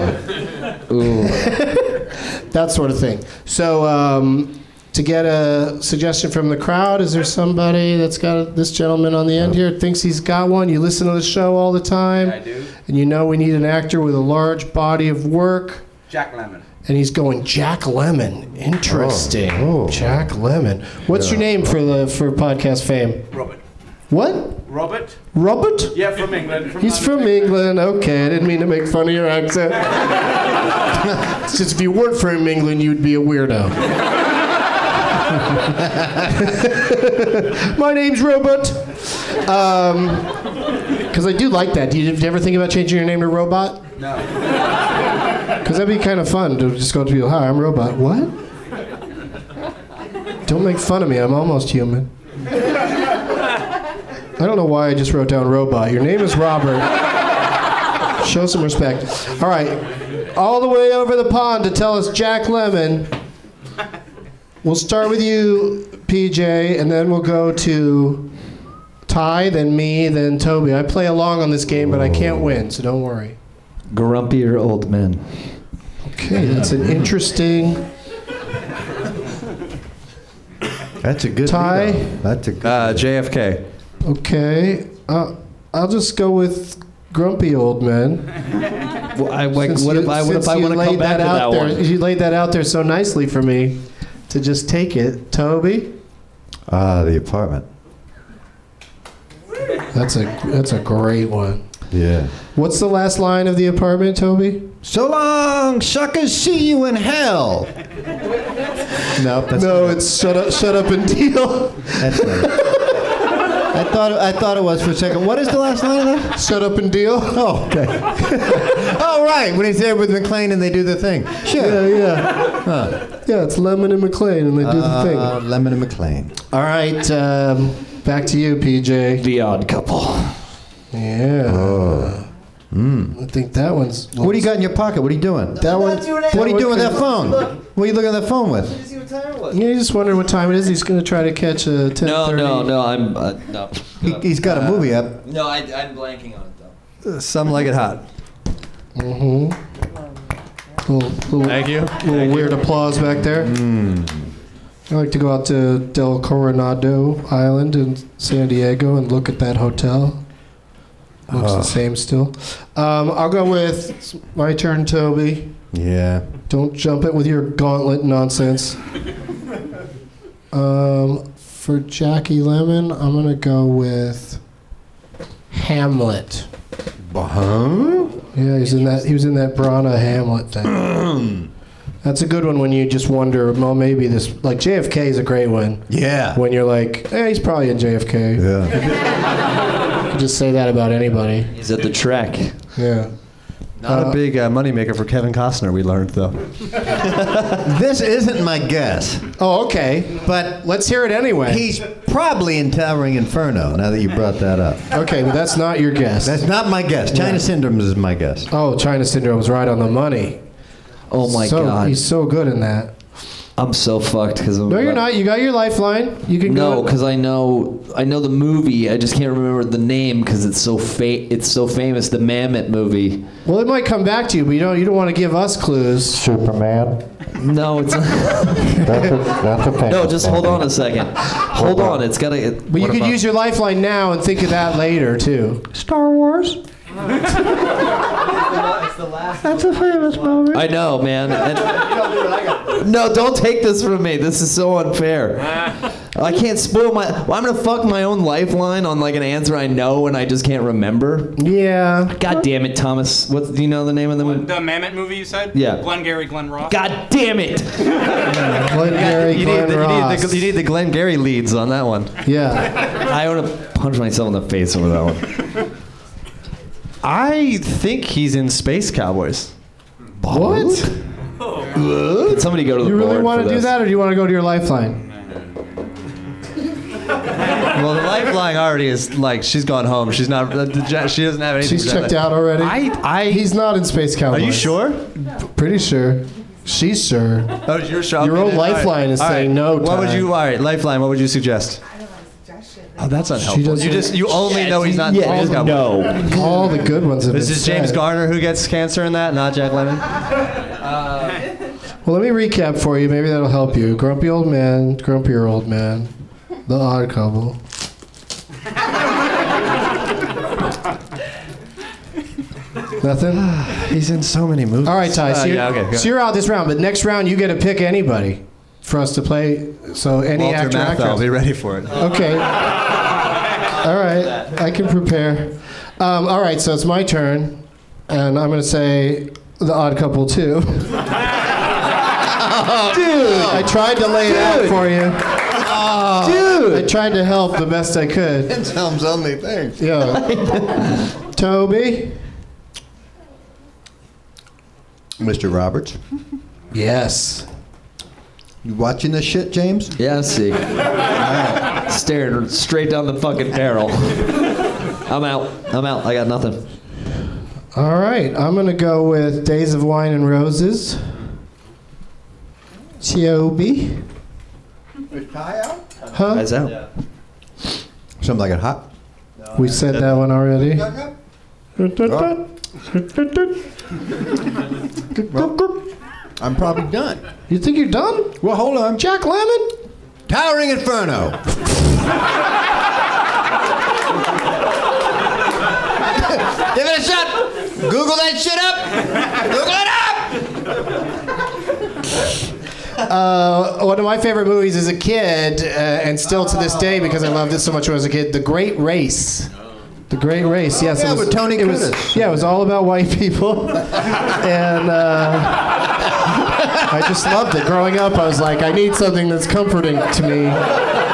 Speaker 2: that sort of thing. So. Um, to get a suggestion from the crowd, is there somebody that's got this gentleman on the end here thinks he's got one? You listen to the show all the time.
Speaker 19: I do.
Speaker 2: And you know we need an actor with a large body of work.
Speaker 19: Jack Lemon.
Speaker 2: And he's going Jack Lemon. Interesting. Jack Lemon. What's your name for the for podcast fame?
Speaker 19: Robert.
Speaker 2: What?
Speaker 19: Robert?
Speaker 2: Robert?
Speaker 19: Yeah, from England. From
Speaker 2: He's from England. Okay, I didn't mean to make fun of your accent. Since if you weren't from England, you'd be a weirdo. My name's Robot. Because I do like that. Do you, do you ever think about changing your name to Robot? Because that'd be kind of fun to just go to people, hi, I'm Robot. What? Don't make fun of me. I'm almost human. I don't know why I just wrote down Robot. Your name is Robert. Show some respect. All right. All the way over the pond to tell us Jack Lemon. We'll start with you, PJ, and then we'll go to Ty, then me, then Toby. I play along on this game, but I can't win, so don't worry.
Speaker 9: Grumpier old men.
Speaker 2: Okay, that's an interesting.
Speaker 7: That's a good
Speaker 2: Ty?
Speaker 7: lead-off. That's a good
Speaker 4: Uh, JFK.
Speaker 2: Okay, uh, I'll just go with grumpy old men.
Speaker 9: Well, I, like,
Speaker 2: Since
Speaker 9: what if I, what
Speaker 2: since
Speaker 9: if I
Speaker 2: you
Speaker 9: want to come
Speaker 2: laid
Speaker 9: back to that
Speaker 2: out there,
Speaker 9: one?
Speaker 2: You laid that out there so nicely for me to just take it, Toby.
Speaker 18: Ah, the apartment.
Speaker 2: That's a that's a great one.
Speaker 18: Yeah.
Speaker 2: What's the last line of the apartment, Toby?
Speaker 7: So long, suckers. See you in hell. No, that's
Speaker 2: no, Oh, it's shut up, shut up and deal.
Speaker 7: That's not it. I thought I thought it was for a second. What is the last line of that?
Speaker 2: Shut up and deal.
Speaker 7: Oh, okay. oh, right. When he's there with McLean and they do the thing. Sure.
Speaker 2: Yeah, yeah. Yeah, it's Lemon and McLean, and they do the thing.
Speaker 7: Uh, Lemon and McLean.
Speaker 2: All right, um, back to you, PJ.
Speaker 9: The Odd Couple.
Speaker 2: Yeah. I think that one's.
Speaker 7: What do you got in your pocket? What are you doing?
Speaker 2: That one.
Speaker 7: What are you doing with that phone? What are you looking at that phone with?
Speaker 2: Yeah, you just wondering what time it is. He's going to try to catch a 10:30.
Speaker 9: No, no, no. I'm uh, no.
Speaker 7: He, he's got a movie up.
Speaker 9: No, I, I'm blanking on it though.
Speaker 4: Some like it hot.
Speaker 2: Mm-hmm. Little, little, Thank you. Little weird applause back there. Hmm. I like to go out to Del Coronado Island in San Diego and look at that hotel. Looks
Speaker 7: Oh.
Speaker 2: the same still. Um, I'll go with it's my turn, Toby.
Speaker 7: Yeah.
Speaker 2: Don't jump it with your gauntlet nonsense. Um, for Jackie Lemon, I'm gonna go with Hamlet.
Speaker 7: Huh?
Speaker 2: Yeah, he's in that. He was in that Brana Hamlet thing. That's a good one when you just wonder, well, maybe this like JFK is a great one.
Speaker 7: Yeah.
Speaker 2: When you're like, eh, he's probably in JFK.
Speaker 7: Yeah.
Speaker 2: You can just say that about anybody.
Speaker 9: He's at the track.
Speaker 2: Yeah.
Speaker 4: Not
Speaker 2: Uh,
Speaker 4: a big uh, moneymaker for Kevin Costner, we learned, though.
Speaker 7: This isn't my guess,
Speaker 2: Oh, okay. But let's hear it anyway.
Speaker 7: He's probably in Towering Inferno. Now that you brought that up,
Speaker 2: okay, but that's not your guess.
Speaker 7: that's not my guess. China Syndrome is my guess.
Speaker 2: oh, China Syndrome was right on the money.
Speaker 9: Oh my
Speaker 2: so,
Speaker 9: god.
Speaker 2: He's so good in that.
Speaker 9: I'm so fucked because I'm.
Speaker 2: No, you're not. You got your lifeline. You can
Speaker 9: No,
Speaker 2: go.
Speaker 9: because I know I know the movie. I just can't remember the name because it's so fa- it's so famous. The Mammoth movie.
Speaker 2: Well, it might come back to you, but you don't. You don't want to give us clues.
Speaker 18: Superman.
Speaker 9: No, it's
Speaker 18: That's a, that's a famous
Speaker 9: no. Just hold
Speaker 18: movie.
Speaker 9: on a second. Hold on. It's gotta. It,
Speaker 2: But you could use your lifeline now and think of that later too.
Speaker 18: Star Wars. That's a famous movie.
Speaker 9: I know, man. And- no, don't take this from me. This is so unfair. I can't spoil my. Well, I'm gonna fuck my own lifeline on like an answer I know and I just can't remember.
Speaker 2: Yeah.
Speaker 9: God damn it, Thomas. What do you know the name of the movie?
Speaker 3: The Mammoth movie you said?
Speaker 9: Yeah.
Speaker 3: Glengarry Glenn Ross.
Speaker 9: God damn it!
Speaker 2: Glengarry
Speaker 4: you,
Speaker 2: Glen
Speaker 4: need the, you, need
Speaker 2: Ross.
Speaker 4: the, you need the Glenn Gary leads on that one.
Speaker 2: Yeah.
Speaker 9: I want to punch myself in the face over that one.
Speaker 4: I think he's in Space Cowboys.
Speaker 2: What?
Speaker 9: Could somebody go to the
Speaker 2: You really
Speaker 9: board
Speaker 2: want
Speaker 9: for
Speaker 2: to do
Speaker 9: this?
Speaker 2: that, or do you want to go to your lifeline?
Speaker 4: Well, the lifeline already is like she's gone home. She's not. the- the- She doesn't have anything.
Speaker 2: She's
Speaker 4: to do
Speaker 2: checked
Speaker 4: with
Speaker 2: out already.
Speaker 4: I. I.
Speaker 2: He's not in Space Cowboys.
Speaker 4: Are you sure?
Speaker 2: Pretty sure. She's sure.
Speaker 4: Oh, you're sure.
Speaker 2: Your own
Speaker 4: then, all right.
Speaker 2: lifeline is
Speaker 4: All right.
Speaker 2: saying no,
Speaker 4: What would
Speaker 2: Ty.
Speaker 4: you? All right, lifeline. What would you suggest? Oh, that's
Speaker 2: She
Speaker 4: unhelpful.
Speaker 2: doesn't-
Speaker 4: You just you only know he's not. in
Speaker 9: Yeah,
Speaker 4: Space Cowboys.
Speaker 9: no.
Speaker 2: All the good ones have
Speaker 4: This
Speaker 2: been
Speaker 4: is James
Speaker 2: said.
Speaker 4: Garner who gets cancer in that, not Jack Lemon.
Speaker 2: Well, let me recap for you. Maybe that'll help you. Grumpy old man, grumpier old man, the odd couple. Nothing.
Speaker 4: He's in so many movies.
Speaker 2: All right, Ty. So,
Speaker 4: Uh,
Speaker 2: you're,
Speaker 4: yeah, okay, go
Speaker 2: so you're out this round, but next round you get to pick anybody for us to play. So any
Speaker 4: Walter
Speaker 2: actor,
Speaker 4: Matthau,
Speaker 2: actress.
Speaker 4: be ready for it.
Speaker 2: Okay. All right. I can prepare. Um, all right. So it's my turn, and I'm going to say
Speaker 4: The Odd Couple too. Dude, I tried to lay it out
Speaker 7: Dude.
Speaker 4: for you.
Speaker 7: Dude.
Speaker 4: Oh. I tried to help the best I could.
Speaker 7: It sounds only things.
Speaker 4: Yeah. Toby?
Speaker 7: Mr. Roberts.
Speaker 4: Yes.
Speaker 7: You watching this shit, James?
Speaker 9: Yeah, I see. Staring straight down the fucking barrel. I'm out. I'm out. I got nothing.
Speaker 4: All right, I'm gonna go with Days of Wine and Roses. Toby?
Speaker 7: Is Ty out?
Speaker 4: Huh? Ty's out.
Speaker 7: Something like it hot.
Speaker 4: We said that one already.
Speaker 7: I'm probably done.
Speaker 4: You think you're done?
Speaker 7: Well, hold on.
Speaker 4: Jack Lemon?
Speaker 7: Towering Inferno. Give it a shot. Google that shit up. Google it up.
Speaker 4: Uh, one of my favorite movies as a kid, uh, and still to this day because I loved it so much when I was a kid, The Great Race. The Great Race, yes.
Speaker 7: Yeah,
Speaker 4: it was,
Speaker 7: with Tony
Speaker 4: it was-
Speaker 7: Curtis.
Speaker 4: Yeah, it was all about white people. and uh, I just loved it. Growing up, I was like, I need something that's comforting to me.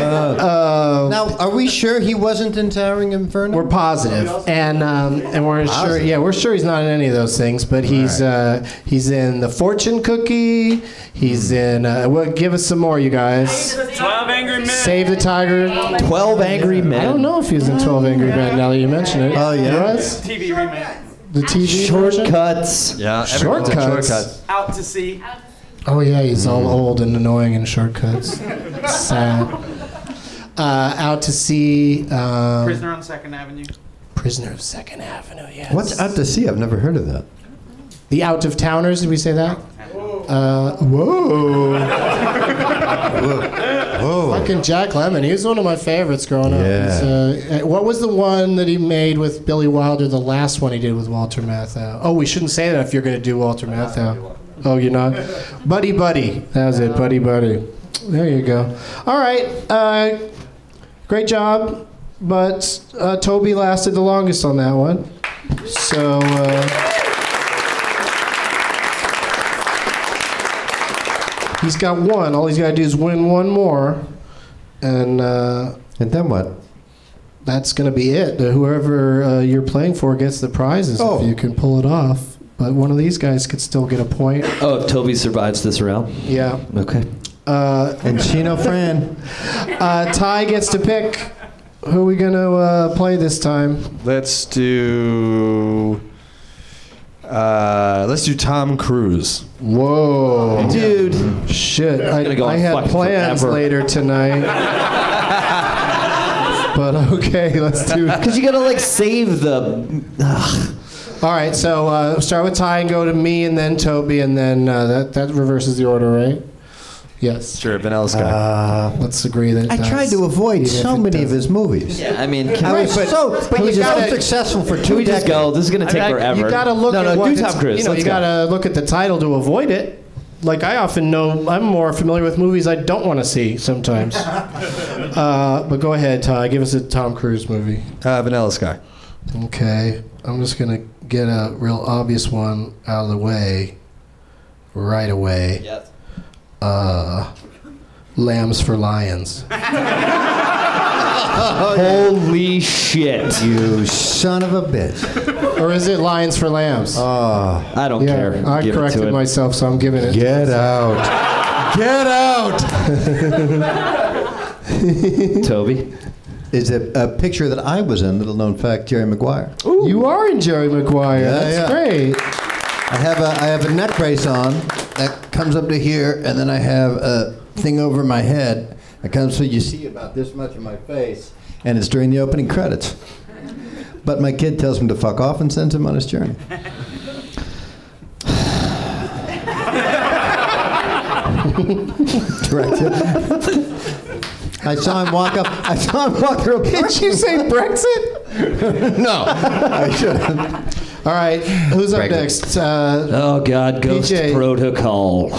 Speaker 7: now, are we sure he wasn't in Towering Inferno?
Speaker 4: We're positive, and um, and we're sure. Yeah, we're sure he's not in any of those things, but he's uh, he's in the fortune cookie. He's in. Uh, well, give us some more, you guys.
Speaker 3: Twelve angry men.
Speaker 4: Save the tiger.
Speaker 9: Twelve angry men.
Speaker 4: I don't know if he's in Twelve Angry Men. Now that you mention it. Oh
Speaker 3: yeah.
Speaker 4: Yes.
Speaker 3: TV remake.
Speaker 4: The TV
Speaker 9: shortcuts.
Speaker 2: Yeah, everyone's in
Speaker 4: shortcuts.
Speaker 2: Shortcuts.
Speaker 3: Out to sea.
Speaker 4: Oh yeah, he's
Speaker 9: Mm-hmm.
Speaker 4: all old and annoying in shortcuts. Sad. Uh, out to sea. Um,
Speaker 3: Prisoner on Second Avenue.
Speaker 4: Prisoner of Second Avenue. Yes.
Speaker 7: What's out to sea? I've never heard of that.
Speaker 4: The out of towners, did we say that? Uh, whoa. whoa. Fucking Jack Lemon. He was one of my favorites growing up.
Speaker 7: Yeah.
Speaker 4: He's, uh, what was the one that he made with Billy Wilder, the last one he did with Walter Matthau? Oh, we shouldn't say that if you're going to do Walter Matthau. Oh, you're not? Buddy Buddy. That was it, Buddy Buddy. There you go. All right. Uh, great job. But uh, Toby lasted the longest on that one. So. Uh, He's got one. All he's got to do is win one more, and uh,
Speaker 7: and then what?
Speaker 4: That's going to be it. The- Whoever uh, you're playing for gets the prizes
Speaker 7: Oh.
Speaker 4: if you can pull it off. But one of these guys could still get a point.
Speaker 9: Oh, if Toby survives this round.
Speaker 4: Yeah.
Speaker 9: Okay.
Speaker 4: Uh, and Chino Fran. Uh, Ty gets to pick. Who are we going to uh, play this time?
Speaker 2: Let's do. Uh, let's do Tom Cruise.
Speaker 4: Whoa,
Speaker 2: dude!
Speaker 4: Shit,
Speaker 2: It's
Speaker 4: I,
Speaker 2: gonna go
Speaker 4: I
Speaker 2: on
Speaker 4: had
Speaker 2: fucking
Speaker 4: plans
Speaker 2: forever.
Speaker 4: later tonight. but okay, let's do
Speaker 9: Because you gotta like save the.
Speaker 4: All right, so uh, start with Ty and go to me, and then Toby, and then uh, that that reverses the order, right? Yes.
Speaker 2: Sure, Vanilla Sky.
Speaker 9: Uh,
Speaker 4: Let's agree that. it
Speaker 7: I
Speaker 4: does.
Speaker 7: tried to avoid
Speaker 4: Even if
Speaker 7: so
Speaker 4: it
Speaker 7: many of his movies.
Speaker 9: I mean, can
Speaker 7: I
Speaker 9: we-
Speaker 7: was so, but
Speaker 4: can we
Speaker 7: you
Speaker 4: just-
Speaker 7: got successful for
Speaker 9: Can
Speaker 7: two
Speaker 9: we just
Speaker 7: decades.
Speaker 9: go? This is gonna take
Speaker 4: I- I-
Speaker 9: forever.
Speaker 4: You gotta look
Speaker 9: No, no,
Speaker 4: at what
Speaker 9: do
Speaker 4: it's-
Speaker 9: Tom Cruise.
Speaker 4: You know,
Speaker 9: Let's
Speaker 4: you
Speaker 9: go.
Speaker 4: gotta look at the title to avoid it. Like I often know, I'm more familiar with movies I don't want to see sometimes. uh, but go ahead, Ty. Give us a Tom Cruise movie.
Speaker 2: Uh, Vanilla Sky.
Speaker 4: Okay, I'm just gonna get a real obvious one out of the way right away.
Speaker 9: Yes.
Speaker 4: Uh, lambs for lions.
Speaker 9: Holy shit!
Speaker 7: You son of a bitch.
Speaker 4: or is it lions for lambs?
Speaker 7: Oh,
Speaker 9: I don't care.
Speaker 4: I
Speaker 9: Give it to
Speaker 4: corrected
Speaker 9: it.
Speaker 4: myself, so I'm giving it.
Speaker 7: get out. Get out.
Speaker 9: Toby.
Speaker 7: Is a, a picture that I was in, little known fact, Jerry Maguire.
Speaker 4: You are in Jerry Maguire.
Speaker 7: Yeah,
Speaker 4: That's
Speaker 7: yeah.
Speaker 4: great.
Speaker 7: I have a I have a neck brace on that comes up to here, and then I have a thing over my head that comes so you see about this much of my face, and it's during the opening credits. But my kid tells him to fuck off and sends him on his journey. Directed. I saw him walk up. I saw him walk through.
Speaker 4: Did you say Brexit?
Speaker 7: no, I should have.
Speaker 4: All right, who's up next? Uh,
Speaker 9: Oh God, Ghost
Speaker 4: PJ.
Speaker 9: Protocol.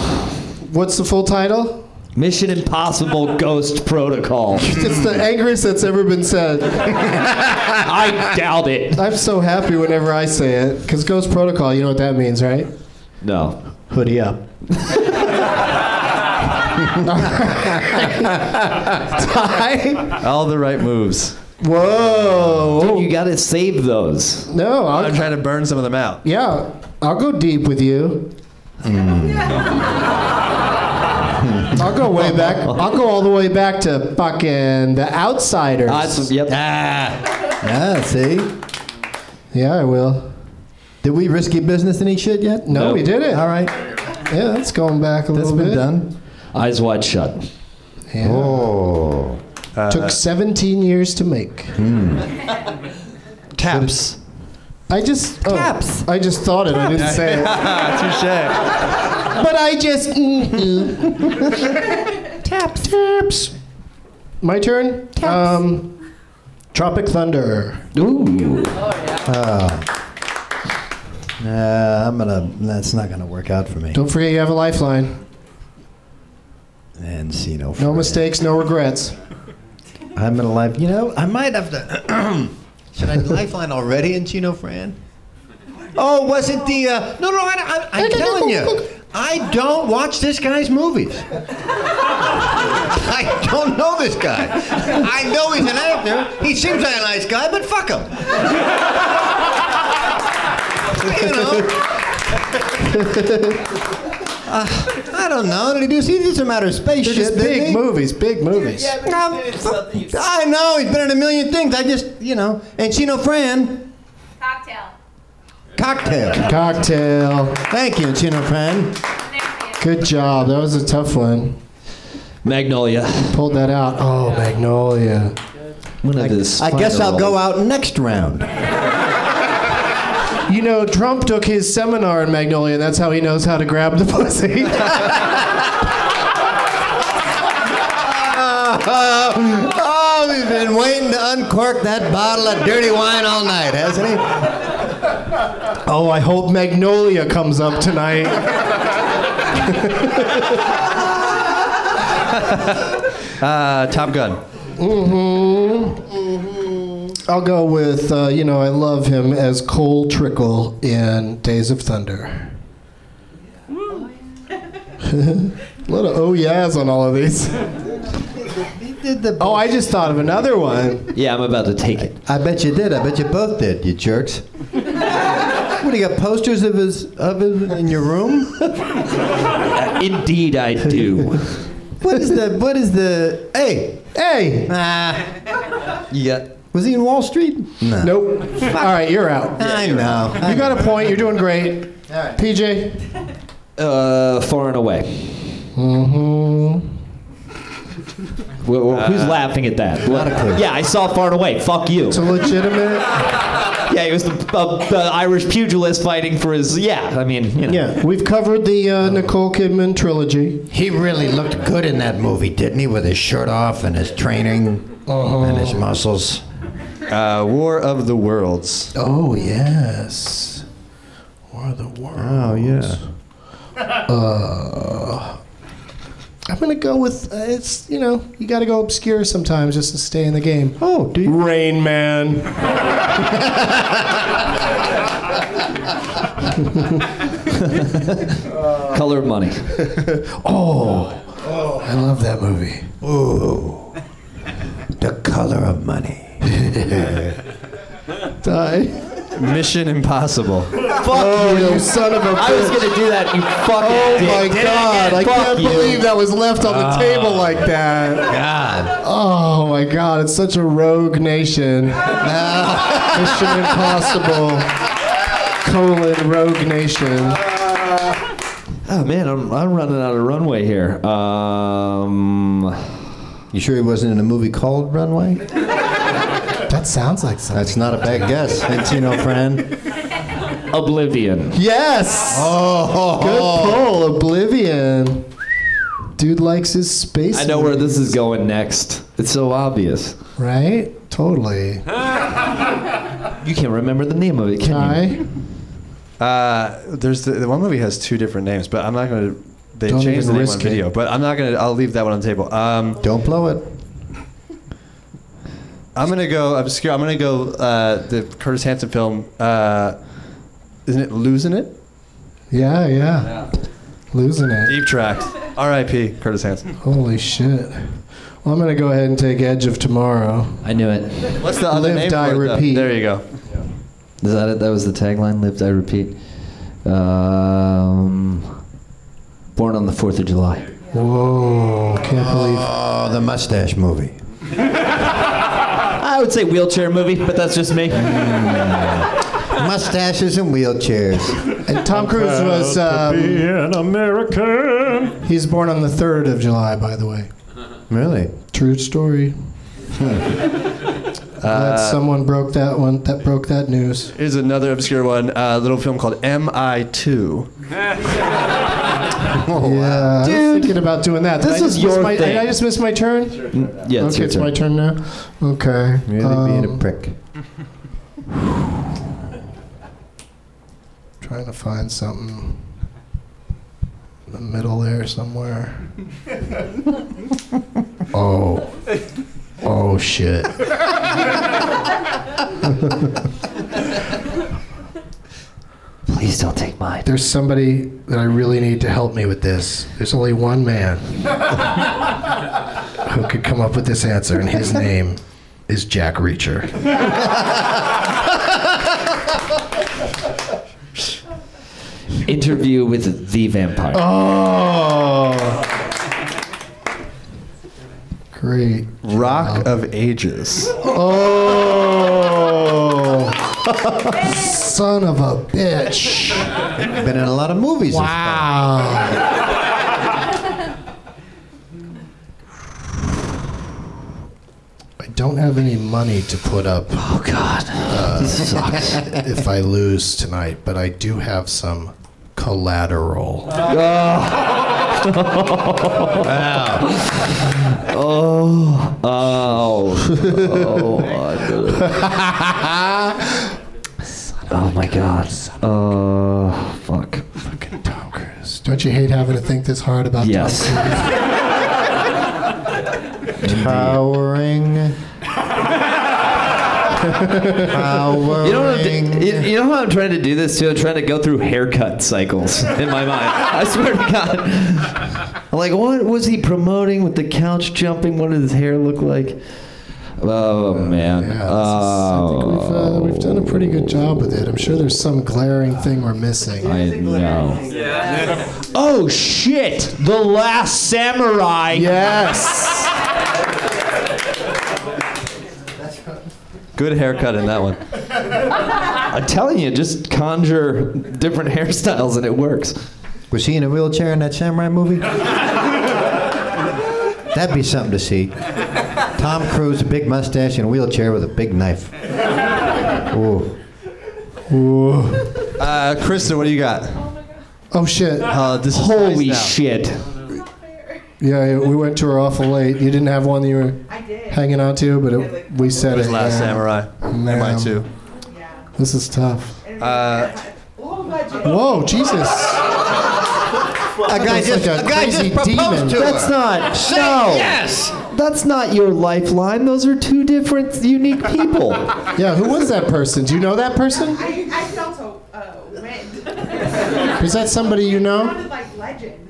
Speaker 4: what's the full title?
Speaker 9: Mission Impossible Ghost Protocol.
Speaker 4: It's the angriest that's ever been said.
Speaker 9: I doubt it.
Speaker 4: I'm so happy whenever I say it, because Ghost Protocol, you know what that means, right?
Speaker 9: No.
Speaker 4: Hoodie up.
Speaker 20: All the right moves.
Speaker 4: Whoa.
Speaker 9: Dude, you gotta save those.
Speaker 4: No, I'll,
Speaker 20: I'm trying to burn some of them out.
Speaker 4: yeah, I'll go deep with you.
Speaker 7: Hmm.
Speaker 4: I'll go way back. I'll go all the way back to fucking the outsiders.
Speaker 9: yep.
Speaker 7: Ah, see?
Speaker 4: Yeah, I will.
Speaker 7: Did we risky business any shit yet?
Speaker 4: No, we did it.
Speaker 7: All right.
Speaker 4: Yeah, that's going back a
Speaker 7: That's
Speaker 4: little
Speaker 7: been
Speaker 4: bit.
Speaker 7: done.
Speaker 9: Eyes wide shut.
Speaker 4: Yeah.
Speaker 7: Oh.
Speaker 4: Took 17 years to make.
Speaker 7: hmm.
Speaker 20: Taps.
Speaker 4: I just oh,
Speaker 7: Taps.
Speaker 4: I just thought it. I didn't say it.
Speaker 20: Touche.
Speaker 4: but I just taps taps. My turn. Taps. Um, Tropic Thunder.
Speaker 9: Ooh.
Speaker 7: Nah, I'm gonna. That's not gonna work out for me.
Speaker 4: Don't forget you have a lifeline.
Speaker 7: And see no.
Speaker 4: No mistakes, no regrets.
Speaker 7: I'm gonna life. You know, I might have to. should I lifeline already in Chino Fran? Oh, wasn't the? Uh, no, no. I, I, I'm telling you, I don't watch this guy's movies. I don't know this guy. I know he's an actor. He seems like a nice guy, but fuck him. you know. Uh, I don't know. Did he do? He did some outer space shit.
Speaker 4: They're just
Speaker 7: didn't
Speaker 4: big
Speaker 7: he?
Speaker 4: movies, big movies.
Speaker 7: Um, I know he's been in a million things. I just, you know, and Chino Fran. Cocktail. Cocktail.
Speaker 4: Cocktail.
Speaker 7: Thank you, Chino Fran.
Speaker 4: Good job. That was a tough one.
Speaker 9: Magnolia.
Speaker 4: Pulled that out. Oh, Magnolia.
Speaker 9: One of his
Speaker 7: I guess
Speaker 9: final
Speaker 7: I'll go
Speaker 9: roles.
Speaker 7: out next round.
Speaker 4: You know, Trump took his seminar in Magnolia, and that's how he knows how to grab the pussy.
Speaker 7: oh, we've been waiting to uncork that bottle of dirty wine all night, hasn't he?
Speaker 4: oh, I hope Magnolia comes up tonight.
Speaker 20: Uh, Top Gun.
Speaker 4: Mm-hmm. I'll go with, uh, you know, I love him as Cole Trickle in Days of Thunder. a lot of oh yeahs on all of these. Oh, I just thought of another one.
Speaker 9: Yeah, I'm about to take it.
Speaker 7: I bet you did. I bet you both did, you jerks. what do you got? Posters of his of him in your room?
Speaker 9: Indeed, I do.
Speaker 7: What is the? What is the? Hey,
Speaker 4: Hey,
Speaker 7: ah,
Speaker 9: yeah.
Speaker 7: was he in Wall Street? No.
Speaker 4: nope. All right, you're out.
Speaker 7: I know.
Speaker 4: You got a point. You're doing great. PJ.
Speaker 9: Uh, far and away.
Speaker 4: Mm-hmm.
Speaker 9: Wh- wh- Who's laughing at that? What-
Speaker 7: a clue.
Speaker 9: Yeah, I saw far and away. Fuck you.
Speaker 4: It's a legitimate.
Speaker 9: Yeah, he was the, uh, the Irish pugilist fighting for his. Yeah, I mean, you know.
Speaker 4: Yeah, we've covered the uh, Nicole Kidman trilogy.
Speaker 7: He really looked good in that movie, didn't he? With his shirt off and his training
Speaker 4: Uh-huh.
Speaker 7: and his muscles.
Speaker 20: Uh, War of the Worlds.
Speaker 4: Oh yes, War of the Worlds.
Speaker 7: Oh yeah.
Speaker 4: Uh, I'm gonna go with uh, it's. You know, you got to go obscure sometimes just to stay in the game.
Speaker 7: Oh, do you?
Speaker 4: Rain Man.
Speaker 9: Color of money.
Speaker 4: Oh, I love that movie.
Speaker 7: Ooh, the color of money.
Speaker 4: Die.
Speaker 20: Mission Impossible.
Speaker 9: Fuck
Speaker 4: Oh, You
Speaker 9: you.
Speaker 4: son of a
Speaker 9: I was
Speaker 4: bitch.
Speaker 9: gonna do that. You fucking.
Speaker 4: Oh
Speaker 9: dick.
Speaker 4: my
Speaker 9: Did it
Speaker 4: god,
Speaker 9: again.
Speaker 4: I
Speaker 9: Fuck
Speaker 4: can't
Speaker 9: you. Ah.
Speaker 4: believe that was left on the table like that.
Speaker 7: God.
Speaker 4: Oh my god, it's such a rogue nation. Ah, Mission Impossible. Colon rogue nation.
Speaker 9: Oh man, I'm, I'm running out of runway here. Um,
Speaker 7: You sure he wasn't in a movie called Runway?
Speaker 4: That sounds like something.
Speaker 7: That's not a bad guess, Encino friend.
Speaker 9: Oblivion.
Speaker 4: Yes.
Speaker 7: Oh,
Speaker 4: Good pull, Oblivion. Dude likes his space.
Speaker 9: I know where this is going next. It's so obvious.
Speaker 4: Right? Totally.
Speaker 9: You can't remember the name of it, can you?
Speaker 4: Ty?
Speaker 20: Uh, there's the, the one movie has two different names, but I'm not going to
Speaker 4: They
Speaker 7: Don't
Speaker 4: changed
Speaker 7: even
Speaker 4: the name on
Speaker 7: risk it.
Speaker 4: video, but I'm not gonna. I'll leave that one on the table. Um,
Speaker 7: Don't blow it.
Speaker 4: I'm gonna go obscure. I'm gonna go uh, the Curtis Hanson film. Uh, isn't it losing it?
Speaker 2: Yeah, yeah. Losing it.
Speaker 4: Deep tracked. R.I.P. Curtis Hanson.
Speaker 2: Holy shit. Well, I'm going to go ahead and take Edge of Tomorrow.
Speaker 9: I knew it.
Speaker 4: What's the other
Speaker 2: Live,
Speaker 4: name
Speaker 2: die,
Speaker 4: for it, though?
Speaker 2: repeat.
Speaker 4: There you go.
Speaker 9: Is that it? That was the tagline. Live, die, repeat. Um, born on the Fourth of July.
Speaker 2: Whoa! Can't believe.
Speaker 7: Oh, the mustache movie.
Speaker 9: I would say wheelchair movie, but that's just me.
Speaker 7: Mustaches and wheelchairs.
Speaker 2: And Tom Cruise was. Um, an American. He's born on the 3rd of July, by the way.
Speaker 7: Really?
Speaker 2: True story. Glad
Speaker 4: Uh,
Speaker 2: someone broke that one. That broke that news.
Speaker 4: Here's another obscure one. A little film called MI2.
Speaker 2: yeah, I was thinking about doing that. Did
Speaker 4: This
Speaker 2: I
Speaker 4: is
Speaker 2: just miss
Speaker 4: your
Speaker 2: my,
Speaker 4: thing.
Speaker 2: Did I just miss my turn?
Speaker 4: yeah, it's
Speaker 2: okay,
Speaker 4: your
Speaker 2: it's
Speaker 4: turn.
Speaker 2: my turn now. Okay.
Speaker 7: Really being a prick.
Speaker 2: Trying to find something in the middle there somewhere. Oh. Oh shit.
Speaker 9: Please don't take mine.
Speaker 2: There's somebody that I really need to help me with this. There's only one man who could come up with this answer, and his name is Jack Reacher.
Speaker 9: Interview with the vampire.
Speaker 2: Oh. Great.
Speaker 4: Rock of Ages.
Speaker 2: Oh. Son of a bitch.
Speaker 7: Been in a lot of movies.
Speaker 2: Wow. I don't have any money to put up. Oh
Speaker 9: God,
Speaker 2: this sucks. If I lose tonight, but I do have some collateral.
Speaker 9: Oh. Oh.
Speaker 2: Oh.
Speaker 9: Oh my god. Oh fuck.
Speaker 2: Don't you hate having to think this hard about?
Speaker 9: Yes.
Speaker 7: Towering. Towering.
Speaker 9: You know, what I'm, d- you- you know how I'm trying to do this too? I'm trying to go through haircut cycles in my mind. I swear to God. I'm like, what was he promoting with the couch jumping? What did his hair look like? Oh, man.
Speaker 2: We've, uh, we've done a pretty good job with it. I'm sure there's some glaring thing we're missing.
Speaker 9: I know.
Speaker 19: Oh shit! The Last Samurai.
Speaker 2: Yes.
Speaker 9: Good haircut in that one. I'm telling you, just conjure different hairstyles and it works.
Speaker 7: Was he in a wheelchair in that samurai movie? That'd be something to see. Tom Cruise, a big mustache and a wheelchair with a big knife. Ooh.
Speaker 4: Uh, Krista, what do you got?
Speaker 2: Oh shit.
Speaker 4: Uh, this is
Speaker 2: Holy
Speaker 4: nice now.
Speaker 2: shit. Yeah, yeah, we went to her awful late. You didn't have one that you were hanging on to, but it, we said
Speaker 4: It
Speaker 2: it.
Speaker 4: was Last
Speaker 2: yeah.
Speaker 4: Samurai.
Speaker 2: Man,
Speaker 4: MI2.
Speaker 2: This is tough.
Speaker 4: Uh,
Speaker 2: Whoa, Jesus.
Speaker 7: A guy
Speaker 2: That's
Speaker 7: just,
Speaker 2: like a
Speaker 7: a guy
Speaker 2: crazy
Speaker 7: just proposed
Speaker 2: demon.
Speaker 7: to her.
Speaker 2: That's
Speaker 9: not-
Speaker 7: Say
Speaker 9: no.
Speaker 7: Yes.
Speaker 9: That's not your lifeline. Those are two different, unique people.
Speaker 2: yeah, who was that person? Do you know that person?
Speaker 21: I, I felt a uh, wind.
Speaker 2: Is that somebody you know?
Speaker 21: Sounded like legend.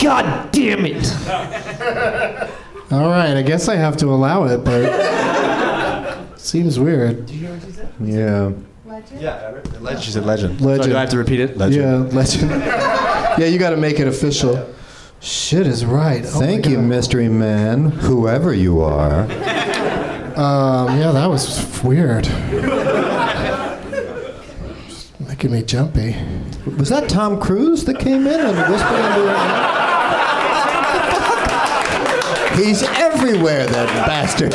Speaker 9: God damn it.
Speaker 2: All right, I guess I have to allow it, but seems weird. Yeah.
Speaker 4: yeah, legend. She said legend.
Speaker 2: Legend.
Speaker 4: So do I have to repeat it? Legend.
Speaker 2: Yeah, legend. yeah, you got to make it official. Shit is right. Oh my
Speaker 7: Thank you, mystery man, whoever you are.
Speaker 2: Um, yeah, that was weird. Making me jumpy.
Speaker 7: Was that Tom Cruise that came in and whispered into her? He's everywhere, that bastard.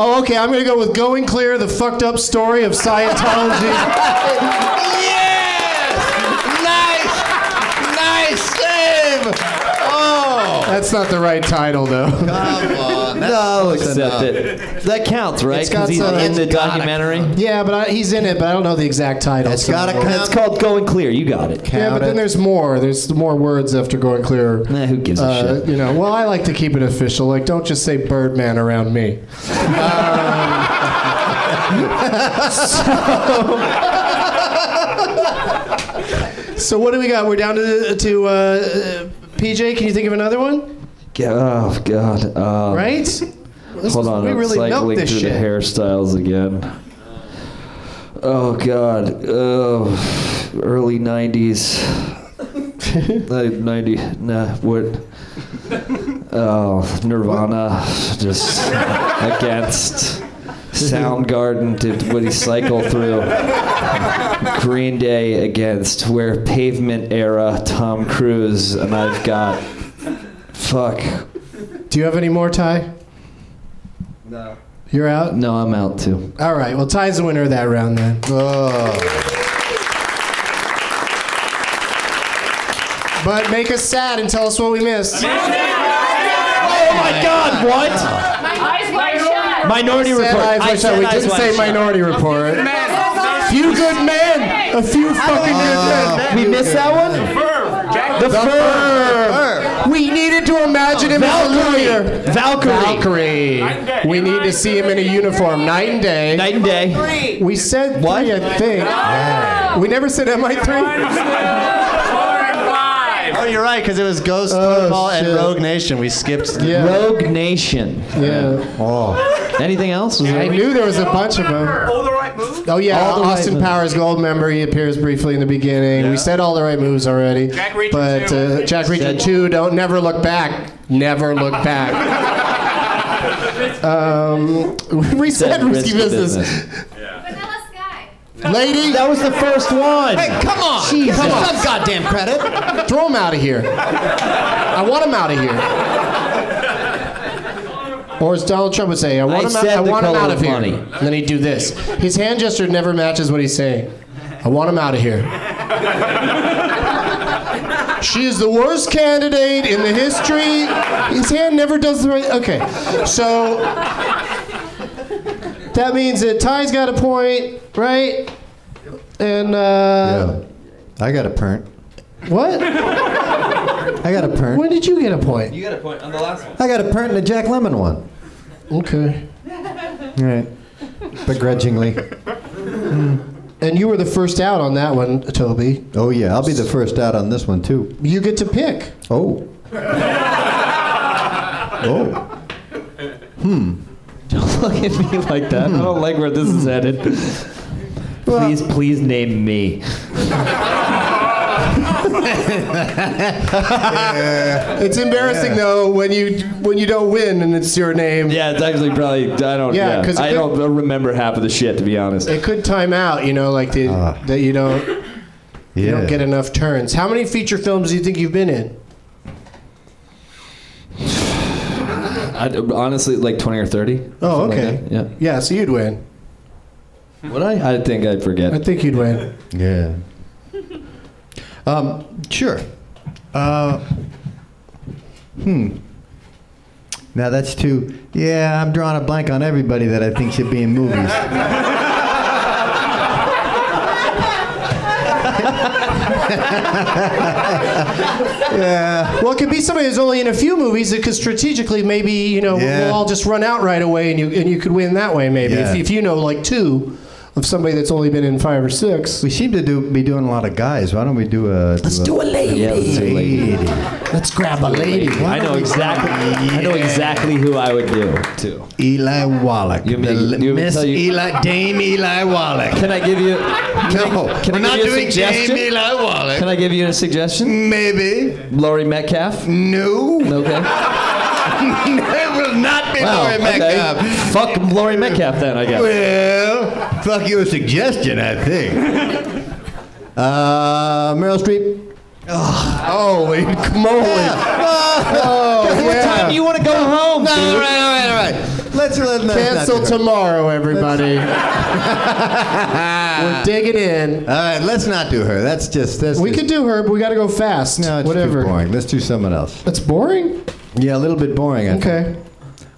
Speaker 2: Oh, okay, I'm gonna go with Going Clear, the fucked up story of Scientology.
Speaker 19: Nice, nice save. Oh,
Speaker 2: That's not the right title, though.
Speaker 7: Come on,
Speaker 4: No, it's
Speaker 9: accept
Speaker 4: not.
Speaker 9: it. Oh, That counts, right?
Speaker 4: It's got
Speaker 9: 'Cause he's
Speaker 4: some-
Speaker 9: in the
Speaker 4: it's gotta
Speaker 9: documentary.
Speaker 4: Yeah, but I, he's in it, but I don't know the exact title. It's
Speaker 9: gotta count. It's called Going Clear. You got it.
Speaker 4: yeah, but then there's more. There's more words after going clear. Nah, who gives
Speaker 9: a
Speaker 2: Uh,
Speaker 4: shit? You know, well, I like to keep it official. Like, don't just say Birdman around me. Um, so what do we got? We're down to to uh, uh, PJ. Can you think of another one?
Speaker 9: Yeah, Oh God. Um,
Speaker 4: Right? This
Speaker 9: hold
Speaker 4: is-
Speaker 9: on.
Speaker 4: we
Speaker 9: I'm
Speaker 4: really
Speaker 9: cycling
Speaker 4: milked this
Speaker 9: through
Speaker 4: shit.
Speaker 9: the hairstyles again. Oh God. Oh, early '90s. Like, Ninety. Nah. What? Oh, Nirvana. Just against. Soundgarden did what he cycled through. Green Day against where pavement era Tom Cruise and I've got fuck
Speaker 4: Do you have any more, Ty?
Speaker 9: No.
Speaker 4: You're out.
Speaker 9: No, I'm out too.
Speaker 4: All right. Well, Ty's the winner of that round then. But make us sad and tell us what we missed.
Speaker 22: Oh my God! What?
Speaker 23: Eyes wide shut.
Speaker 22: Minority
Speaker 4: Said
Speaker 22: Report.
Speaker 4: Eyes Wide
Speaker 22: I
Speaker 4: Shut.
Speaker 22: said
Speaker 4: We
Speaker 22: Eyes
Speaker 4: didn't
Speaker 22: Wide
Speaker 4: say
Speaker 22: Shut.
Speaker 4: Minority Report.
Speaker 22: Few good men.
Speaker 4: A few fucking good men.
Speaker 22: We missed that one. The
Speaker 4: Firm. We needed to imagine him
Speaker 22: Valkyrie.
Speaker 4: as a lawyer.
Speaker 22: Valkyrie.
Speaker 4: Valkyrie. We need to see him in a uniform. Night and day.
Speaker 22: Night and day.
Speaker 4: We said what? three, I think. We never said MI3.
Speaker 24: Oh, you're right, because it was Ghost Protocol and Rogue Nation. We skipped.
Speaker 4: Oh, Yeah.
Speaker 9: Rogue Nation.
Speaker 4: Yeah.
Speaker 24: Oh.
Speaker 9: Anything else?
Speaker 4: I knew there was a bunch of them.
Speaker 3: All the right move.
Speaker 4: Oh yeah,
Speaker 3: All the Right
Speaker 4: Austin
Speaker 3: Moves.
Speaker 4: Powers Gold member. He appears briefly in the beginning. We said all the right moves already.
Speaker 3: Jack Reacher
Speaker 4: but uh, Jack Reacher two. Don't never look back. Never look back. um, we said
Speaker 22: Said
Speaker 4: risky
Speaker 22: risky
Speaker 4: business.
Speaker 22: business.
Speaker 4: Lady,
Speaker 22: That was the first one.
Speaker 4: Hey, come on.
Speaker 22: Jesus.
Speaker 4: Come on.
Speaker 22: Some goddamn credit.
Speaker 4: throw him out of here. I want him out of here. Or as Donald Trump would say, I want
Speaker 22: I
Speaker 4: him out,
Speaker 22: said
Speaker 4: I
Speaker 22: the
Speaker 4: want him
Speaker 22: color
Speaker 4: out
Speaker 22: of
Speaker 4: of here.
Speaker 22: money.
Speaker 4: And then he'd do this. His hand gesture never matches what he's saying. I want him out of here. She is the worst candidate in the history. His hand never does the right. Okay, so that means that Ty's got a point, right? And uh,
Speaker 7: I got a point.
Speaker 4: what?
Speaker 7: I got a point.
Speaker 4: When did you get a point?
Speaker 9: You got a point on the last one.
Speaker 7: I got a point and a Jack Lemon one.
Speaker 4: Okay.
Speaker 7: All right. Begrudgingly.
Speaker 4: And you were the first out on that one, Toby.
Speaker 7: Oh yeah, I'll be the first out on this one too.
Speaker 4: You get to pick.
Speaker 7: Oh. oh. Hmm.
Speaker 9: Don't look at me like that. I don't like where this is headed. Please, please name me.
Speaker 4: It's embarrassing though when you when you don't win and it's your name.
Speaker 9: Yeah, it's actually probably I don't.
Speaker 4: Yeah,
Speaker 9: Yeah,
Speaker 4: 'cause it
Speaker 9: I
Speaker 4: could-
Speaker 9: don't remember half of the shit to be honest.
Speaker 4: It could time out, you know, like the, that you don't you don't
Speaker 9: Yeah.
Speaker 4: get enough turns. How many feature films do you think you've been in?
Speaker 9: I, honestly, like twenty or thirty.
Speaker 4: Oh,
Speaker 9: something
Speaker 4: okay.
Speaker 9: like that.
Speaker 4: Yeah, so you'd win.
Speaker 9: yeah. Would I? I think I'd forget.
Speaker 4: I think you'd win.
Speaker 7: Yeah. Um, sure. Uh, hmm. Now that's too. Yeah, I'm drawing a blank on everybody that I think should be in movies.
Speaker 4: Well, it could be somebody who's only in a few movies because strategically, maybe you know
Speaker 7: Yeah.
Speaker 4: we'll all just run out right away, and you and you could win that way. Maybe
Speaker 7: Yeah.
Speaker 4: if, if you know like two of somebody that's only been in five or six.
Speaker 7: We seem to do be doing a lot of guys. Why don't we do a? Let's
Speaker 4: do a lady.
Speaker 9: Yeah, let's do a lady.
Speaker 4: Let's grab a lady.
Speaker 9: I know exactly. I know exactly who I would do too.
Speaker 7: Eli Wallach.
Speaker 9: You
Speaker 7: The
Speaker 9: mean, you want me to
Speaker 7: Miss
Speaker 9: tell you-
Speaker 7: Eli, Dame Eli Wallach.
Speaker 9: Can I give you?
Speaker 7: No,
Speaker 9: Can
Speaker 7: we're
Speaker 9: I give
Speaker 7: not
Speaker 9: you a
Speaker 7: doing
Speaker 9: suggestion?
Speaker 7: Dame Eli Wallach.
Speaker 9: Can I give you a suggestion?
Speaker 7: Maybe.
Speaker 9: Laurie Metcalf.
Speaker 7: No.
Speaker 9: Okay.
Speaker 7: it will not be
Speaker 9: Wow,
Speaker 7: Laurie
Speaker 9: okay.
Speaker 7: Metcalf.
Speaker 9: Fuck Laurie Metcalf then, I guess.
Speaker 7: Well, fuck your suggestion, I think. Uh, Meryl Streep. Oh, holy moly. Oh,
Speaker 22: What time do you want to go home?
Speaker 7: No, all
Speaker 22: dude?
Speaker 7: right, all right, all right. Let's let let's not
Speaker 4: Cancel
Speaker 7: do it.
Speaker 4: tomorrow, everybody. We're digging in.
Speaker 7: All right, let's not do her. That's just that's
Speaker 4: We
Speaker 7: just-
Speaker 4: could do her, but we got to go fast.
Speaker 7: no, it's
Speaker 4: Whatever.
Speaker 7: too boring. Let's do someone else.
Speaker 4: That's boring.
Speaker 7: Yeah, a little bit boring. I think.
Speaker 4: Okay.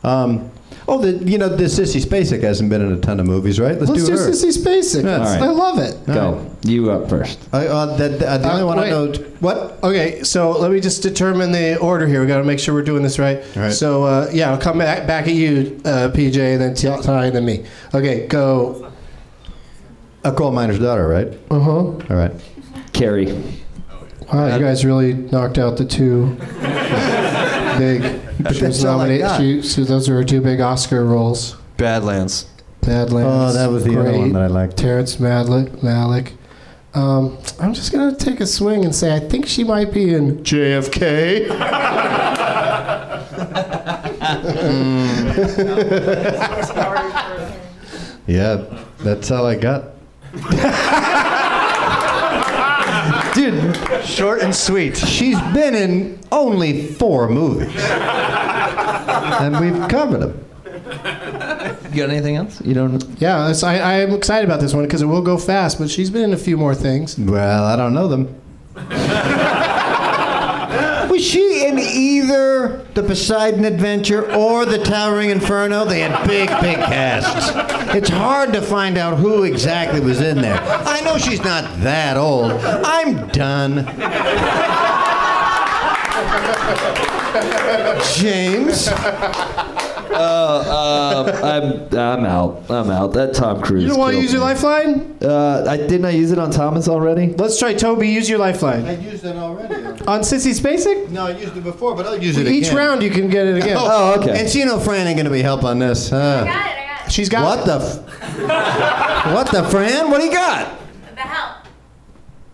Speaker 7: Um, oh, the, you know, the Sissy Spacek hasn't been in a ton of movies, right? Let's,
Speaker 2: Let's
Speaker 7: do,
Speaker 2: do
Speaker 7: her.
Speaker 2: Sissy Spacek.
Speaker 7: Yeah.
Speaker 2: Let's- I love it.
Speaker 9: Go. You up first.
Speaker 7: I, uh, the the, uh, the only one I
Speaker 2: wait.
Speaker 7: know.
Speaker 2: What? Okay, so let me just determine the order here. We got to make sure we're doing this right.
Speaker 7: right.
Speaker 2: So uh, yeah, I'll come back, back at you, uh, PJ, and then Ty, Ty, then me. Okay, go.
Speaker 7: A coal miner's daughter, right?
Speaker 2: Uh huh.
Speaker 7: All right.
Speaker 9: Carrie.
Speaker 2: Wow, you guys really knocked out the two big.
Speaker 7: But
Speaker 2: She was
Speaker 7: that's all I
Speaker 2: nominated.
Speaker 7: got.
Speaker 2: She, so those were her two big Oscar roles.
Speaker 4: Badlands.
Speaker 2: Badlands.
Speaker 7: Oh, that was the other
Speaker 2: great.
Speaker 7: one that I liked.
Speaker 2: Terrence Malick. Malick. Um, I'm just gonna take a swing and say I think she might be in JFK.
Speaker 7: Yeah, that's all I got. Dude,
Speaker 4: short and sweet.
Speaker 7: She's been in only four movies, and we've covered them.
Speaker 9: You got anything else? You don't.
Speaker 2: Yeah, that's, I, I am excited about this one because it will go fast. But she's been in a few more things.
Speaker 7: Well, I don't know them. Was she in either the Poseidon Adventure or the Towering Inferno? They had big, big casts. It's hard to find out who exactly was in there. I know she's not that old. I'm done. James.
Speaker 9: Uh, I'm I'm out. I'm out. That Tom Cruise.
Speaker 2: You don't want to
Speaker 9: killed
Speaker 2: use your
Speaker 9: me.
Speaker 2: lifeline?
Speaker 9: Uh, I didn't I use it on Thomas already?
Speaker 2: Let's try Toby. Use your lifeline
Speaker 7: used it already.
Speaker 2: on Sissy Spacek.
Speaker 7: No, I used it before, but I'll use
Speaker 2: Each round you can get it again.
Speaker 7: Oh, okay. Encino Fran ain't gonna be help on this. huh?
Speaker 2: She's got
Speaker 7: what
Speaker 2: it.
Speaker 7: the f- What the Fran? What do you got?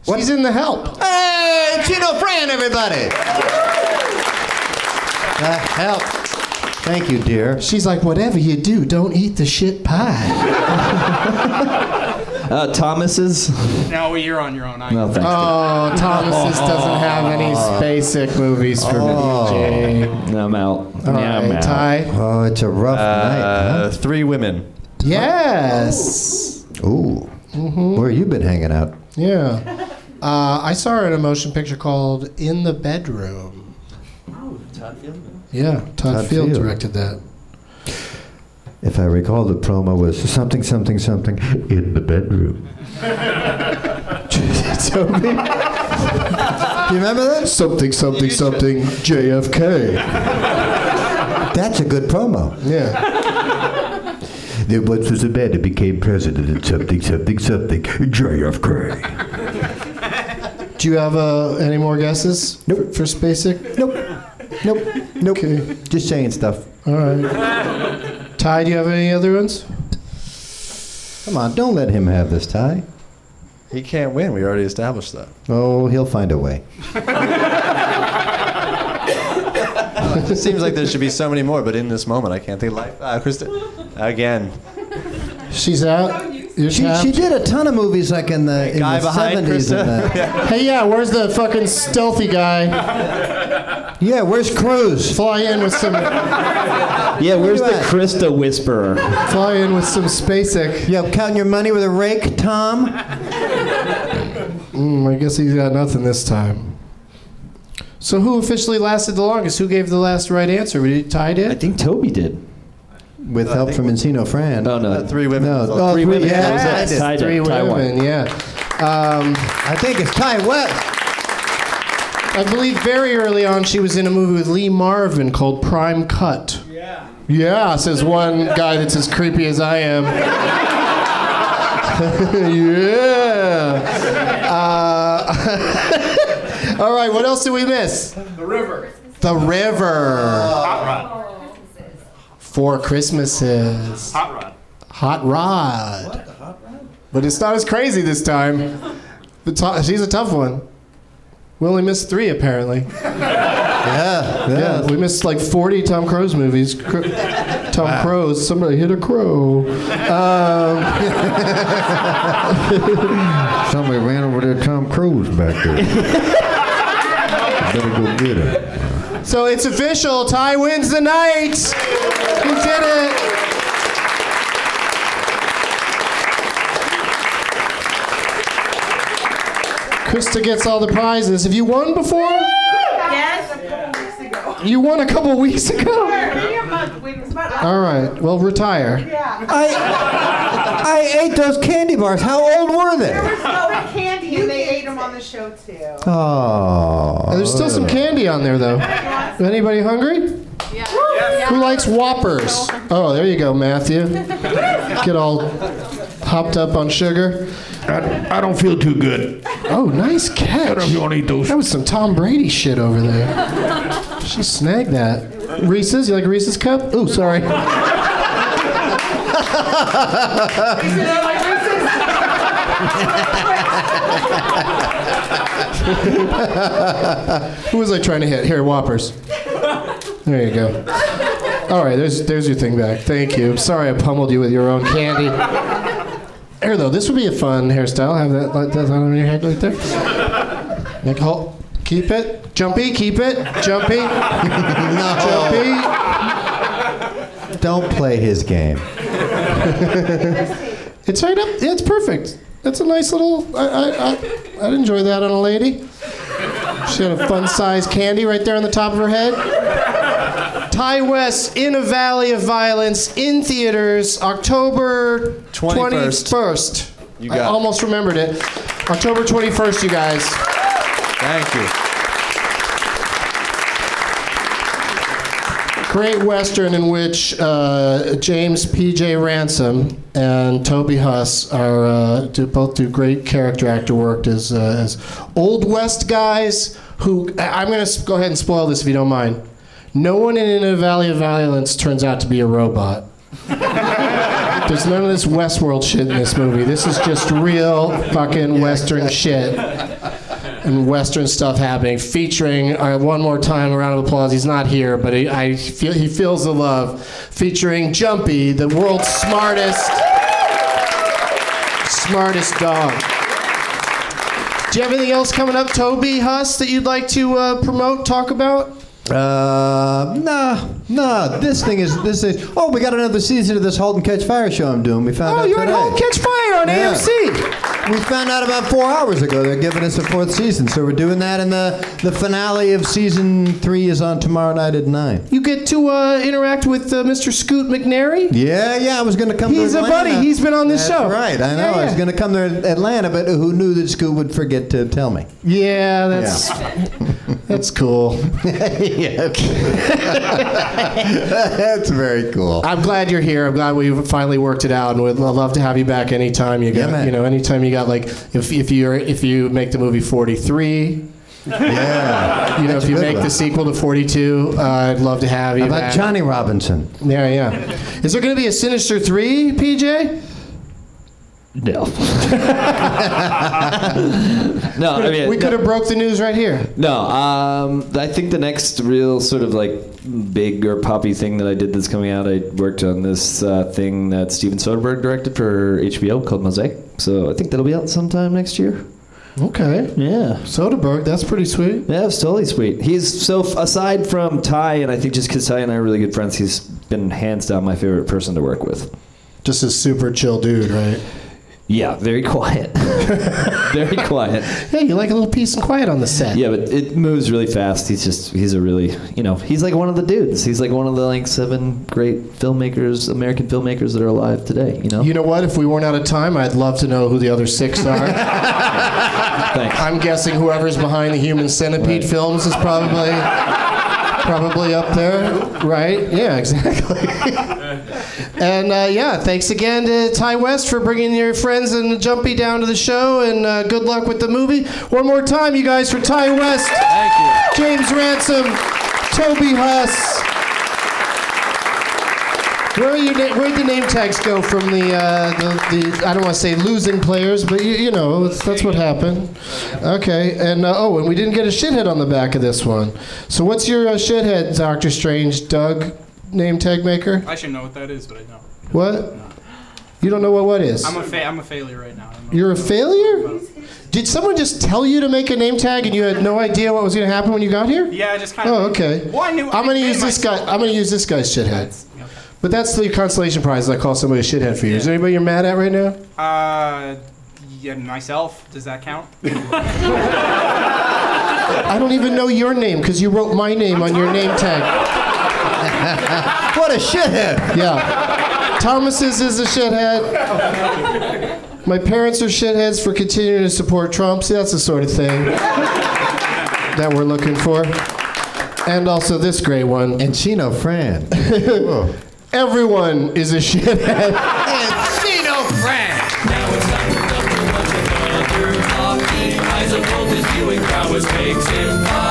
Speaker 2: She's in the help.
Speaker 7: Hey, Encino Fran, everybody! Uh, help. Thank you, dear.
Speaker 2: She's like, whatever you do, don't eat the shit pie.
Speaker 9: Uh, Thomas's.
Speaker 3: Now you're on your own. I
Speaker 9: No, thanks.
Speaker 2: Oh, Thomas doesn't have any Spacek movies for me, Jay.
Speaker 9: I'm out.
Speaker 2: All
Speaker 9: yeah, I'm
Speaker 2: right,
Speaker 9: out.
Speaker 2: Oh. Ty.
Speaker 7: Oh, it's a rough night.
Speaker 4: Uh, three women.
Speaker 2: Yes.
Speaker 7: Huh? Ooh.
Speaker 2: Mm-hmm.
Speaker 7: Where you been hanging out?
Speaker 2: Yeah. Uh, I saw her in a motion picture called In the Bedroom. Yeah, Todd,
Speaker 7: Todd
Speaker 2: Field,
Speaker 7: Field.
Speaker 2: Uh, directed that.
Speaker 7: If I recall, the promo was something, something, something in the bedroom.
Speaker 2: Toby. Do
Speaker 7: you remember that?
Speaker 2: Something, something, something, JFK.
Speaker 7: That's a good promo.
Speaker 2: Yeah.
Speaker 7: There once was a man who became president of something, something, something, JFK.
Speaker 2: Do you have uh, any more guesses? Nope. For Spacek?
Speaker 7: Nope. Nope. Nope.
Speaker 2: Okay.
Speaker 7: Just saying stuff.
Speaker 2: All right. Ty, do you have any other ones?
Speaker 7: Come on, don't let him have this tie.
Speaker 4: He can't win. We already established that.
Speaker 7: Oh, he'll find a way.
Speaker 4: it just seems like there should be so many more, but in this moment, I can't think. Like, uh, Krista, again,
Speaker 2: She's out. You're
Speaker 7: She,
Speaker 2: tapped.
Speaker 7: she did a ton of movies like in the, in
Speaker 4: guy
Speaker 7: the
Speaker 4: behind uh,
Speaker 7: 70s.
Speaker 4: Krista.
Speaker 7: And that.
Speaker 2: Hey, yeah, where's the fucking stealthy guy?
Speaker 7: Yeah, where's Cruz?
Speaker 2: Fly in with some,
Speaker 9: Yeah, where's
Speaker 7: Where you
Speaker 9: the
Speaker 7: at?
Speaker 9: Krista whisperer?
Speaker 2: fly in with some Spacek.
Speaker 7: Yo, counting your money with a rake, Tom?
Speaker 2: Mm, I guess he's got nothing this time. So who officially lasted the longest? Who gave the last right answer? We- Ty
Speaker 9: I
Speaker 2: did.
Speaker 9: think Toby did.
Speaker 7: With help from Encino Fran.
Speaker 9: Oh no.
Speaker 4: uh, three women.
Speaker 7: No,
Speaker 4: Oh,
Speaker 7: oh,
Speaker 9: three women.
Speaker 7: Yeah,
Speaker 9: That was it.
Speaker 7: I,
Speaker 9: Ty
Speaker 7: did.
Speaker 9: did.
Speaker 2: Three
Speaker 9: Ty won.
Speaker 2: women. Yeah. Um,
Speaker 7: I think it's Ty West.
Speaker 2: I believe very early on she was in a movie with Lee Marvin called Prime Cut. Yeah. Yeah, says one guy that's as creepy as I am. yeah. Uh, all right, what else did we miss?
Speaker 3: The river.
Speaker 2: The River.
Speaker 3: Hot rod.
Speaker 2: Four Christmases.
Speaker 3: Hot rod.
Speaker 2: Hot Rod. But it's not as crazy this time. The tou- she's a tough one. We only missed three, apparently.
Speaker 7: Yeah,
Speaker 2: Yeah,
Speaker 7: yeah.
Speaker 2: we missed like 40 Tom Cruise movies. Cr- Tom Cruise, somebody hit a crow. Um,
Speaker 7: Somebody ran over there, Tom Cruise back there. Better go get him.
Speaker 2: So it's official. Ty wins the night. He did it. Krista gets all the prizes. Have you won before?
Speaker 21: Yes.
Speaker 2: You won a couple weeks ago.
Speaker 21: Maybe a month.
Speaker 25: when it was about
Speaker 7: All right. Well, retire.
Speaker 25: Yeah.
Speaker 26: I ate those candy bars. How old were
Speaker 25: There
Speaker 26: they?
Speaker 25: was no candy, and they ate them on the show too.
Speaker 26: Oh.
Speaker 7: There's still some candy on there though. Anybody hungry?
Speaker 25: Yeah.
Speaker 7: Who likes Whoppers? Oh, there you go, Matthew. Get all hopped up on sugar.
Speaker 2: I, I don't feel too good.
Speaker 7: Oh, nice catch.
Speaker 2: I don't know if you want to eat those.
Speaker 7: That was some Tom Brady shit over there. She snagged that. Reese's? You like Reese's cup? Ooh, sorry. Who was I trying to hit? Here, Whoppers. There you go. All right, there's there's your thing back. Thank you. Sorry I pummeled you with your own candy. Here though, this would be a fun hairstyle. Have that like that on your head right there. Nick Holt, keep it. Jumpy, keep it. Jumpy. Jumpy.
Speaker 4: Don't play his game.
Speaker 7: It's right up. Yeah, it's perfect. That's a nice little. uh, I, I, I, I'd enjoy that on a lady. She had a fun size candy right there on the top of her head. Ty West in a Valley of Violence in theaters October
Speaker 27: 21st.
Speaker 7: 21st.
Speaker 27: You
Speaker 7: I
Speaker 27: got it.
Speaker 7: almost remembered it. October 21st, you guys.
Speaker 27: Thank you.
Speaker 7: Great Western in which uh, James P.J. Ransom and Toby Huss are uh, do, both do great character actor work as, uh, as Old West guys who. I- I'm going to go ahead and spoil this if you don't mind. No one in a Valley of Violence turns out to be a robot. There's none of this Westworld shit in this movie. This is just real fucking Western shit and Western stuff happening, featuring uh, one more time a round of applause. He's not here, but he, I feel he feels the love. Featuring Jumpy, the world's smartest, smartest dog. Do you have anything else coming up, Toby Huss, that you'd like to uh, promote, talk about?
Speaker 4: Uh, nah, nah. This thing is this is. Oh, we got another season of this *Halt and Catch Fire* show I'm doing. We found
Speaker 7: Oh,
Speaker 4: out
Speaker 7: you're at
Speaker 4: today.
Speaker 7: Home Catch Fire on
Speaker 4: Yeah.
Speaker 7: AMC.
Speaker 4: We found out about four hours ago. They're giving us a fourth season, so we're doing that. And the the finale of season three is on tomorrow night at nine.
Speaker 7: You get to uh, interact with uh, Mr. Scoot McNairy.
Speaker 4: Yeah, yeah. I was going to come.
Speaker 7: He's
Speaker 4: to
Speaker 7: a
Speaker 4: Atlanta.
Speaker 7: buddy. He's been on this
Speaker 4: That's
Speaker 7: show.
Speaker 4: Right, I know.
Speaker 7: Yeah,
Speaker 4: I was
Speaker 7: yeah.
Speaker 4: going to come there to Atlanta, but who knew that Scoot would forget to tell me?
Speaker 7: Yeah, that's that's cool.
Speaker 4: that's very cool.
Speaker 7: I'm glad you're here. I'm glad we finally worked it out, and we'd love to have you back anytime you got.
Speaker 4: Yeah, man.
Speaker 7: you know, anytime you got like if if you're if you make the movie 43.
Speaker 4: Yeah.
Speaker 7: You know,
Speaker 4: That's
Speaker 7: if you
Speaker 4: a good
Speaker 7: make
Speaker 4: one.
Speaker 7: the sequel to 42, uh, I'd love to have you.
Speaker 4: How about
Speaker 7: back.
Speaker 4: Johnny Robinson?
Speaker 7: Yeah, yeah. Is there going to be a Sinister Three, PJ?
Speaker 9: No. no, I mean
Speaker 7: we could have broke the news right here.
Speaker 9: No, um, I think the next real sort of like big or poppy thing that I did that's coming out, I worked on this uh, thing that Steven Soderbergh directed for HBO called Mosaic. So I think that'll be out sometime next year.
Speaker 7: Okay.
Speaker 9: Yeah.
Speaker 7: Soderbergh, that's pretty sweet.
Speaker 9: Yeah, it's totally sweet. He's so f- aside from Ty, and I think just because Ty and I are really good friends, he's been hands down my favorite person to work with.
Speaker 7: Just a super chill dude, right?
Speaker 9: Yeah, very quiet. very quiet.
Speaker 7: Hey, you like a little peace and quiet on the set.
Speaker 9: Yeah, but it moves really fast. He's just he's a really you know he's like one of the dudes. He's like one of the like seven great filmmakers, American filmmakers that are alive today. You know.
Speaker 7: You know what? If we weren't out of time, I'd love to know who the other six are. I'm guessing whoever's behind the Human Centipede films is probably probably up there, right? Yeah, exactly. and uh, yeah, thanks again to Ty West for bringing your friends and Jumpy down to the show, and uh, good luck with the movie. One more time, you guys, for Ty West, Thank you. James Ransom, Toby Huss. Where are your na- where'd the name tags go from the, uh, the, the I don't want to say losing players, but you, you know it's, that's what happened. Okay, and uh, oh, and we didn't get a shithead on the back of this one. So what's your uh, shithead, Doctor Strange, Doug, name tag maker?
Speaker 3: I should know what that is, but I don't.
Speaker 7: What? You don't know what what is?
Speaker 3: I'm a fa- I'm a failure right now.
Speaker 7: You're a failure. Did someone just tell you to make a name tag and you had no idea what was going to happen when you got here?
Speaker 3: Yeah, I just kind of.
Speaker 7: Oh, okay.
Speaker 3: Well, I knew.
Speaker 7: I'm gonna use this guy. I'm gonna use this guy's shithead. But that's the consolation prize. that I call somebody a shithead for you. Is there anybody you're mad at right now?
Speaker 3: Uh, yeah, myself. Does that count?
Speaker 7: I don't even know your name because you wrote my name on your name tag.
Speaker 4: what a shithead.
Speaker 7: Yeah. Thomas's is a shithead. My parents are shitheads for continuing to support Trump. See, that's the sort of thing that we're looking for. And also this great one.
Speaker 4: And Chino Fran.
Speaker 7: Everyone is a shithead.
Speaker 28: Chino Fran. Now it's time for another bunch of other talking. Eyes of both his viewing prowess makes him fine.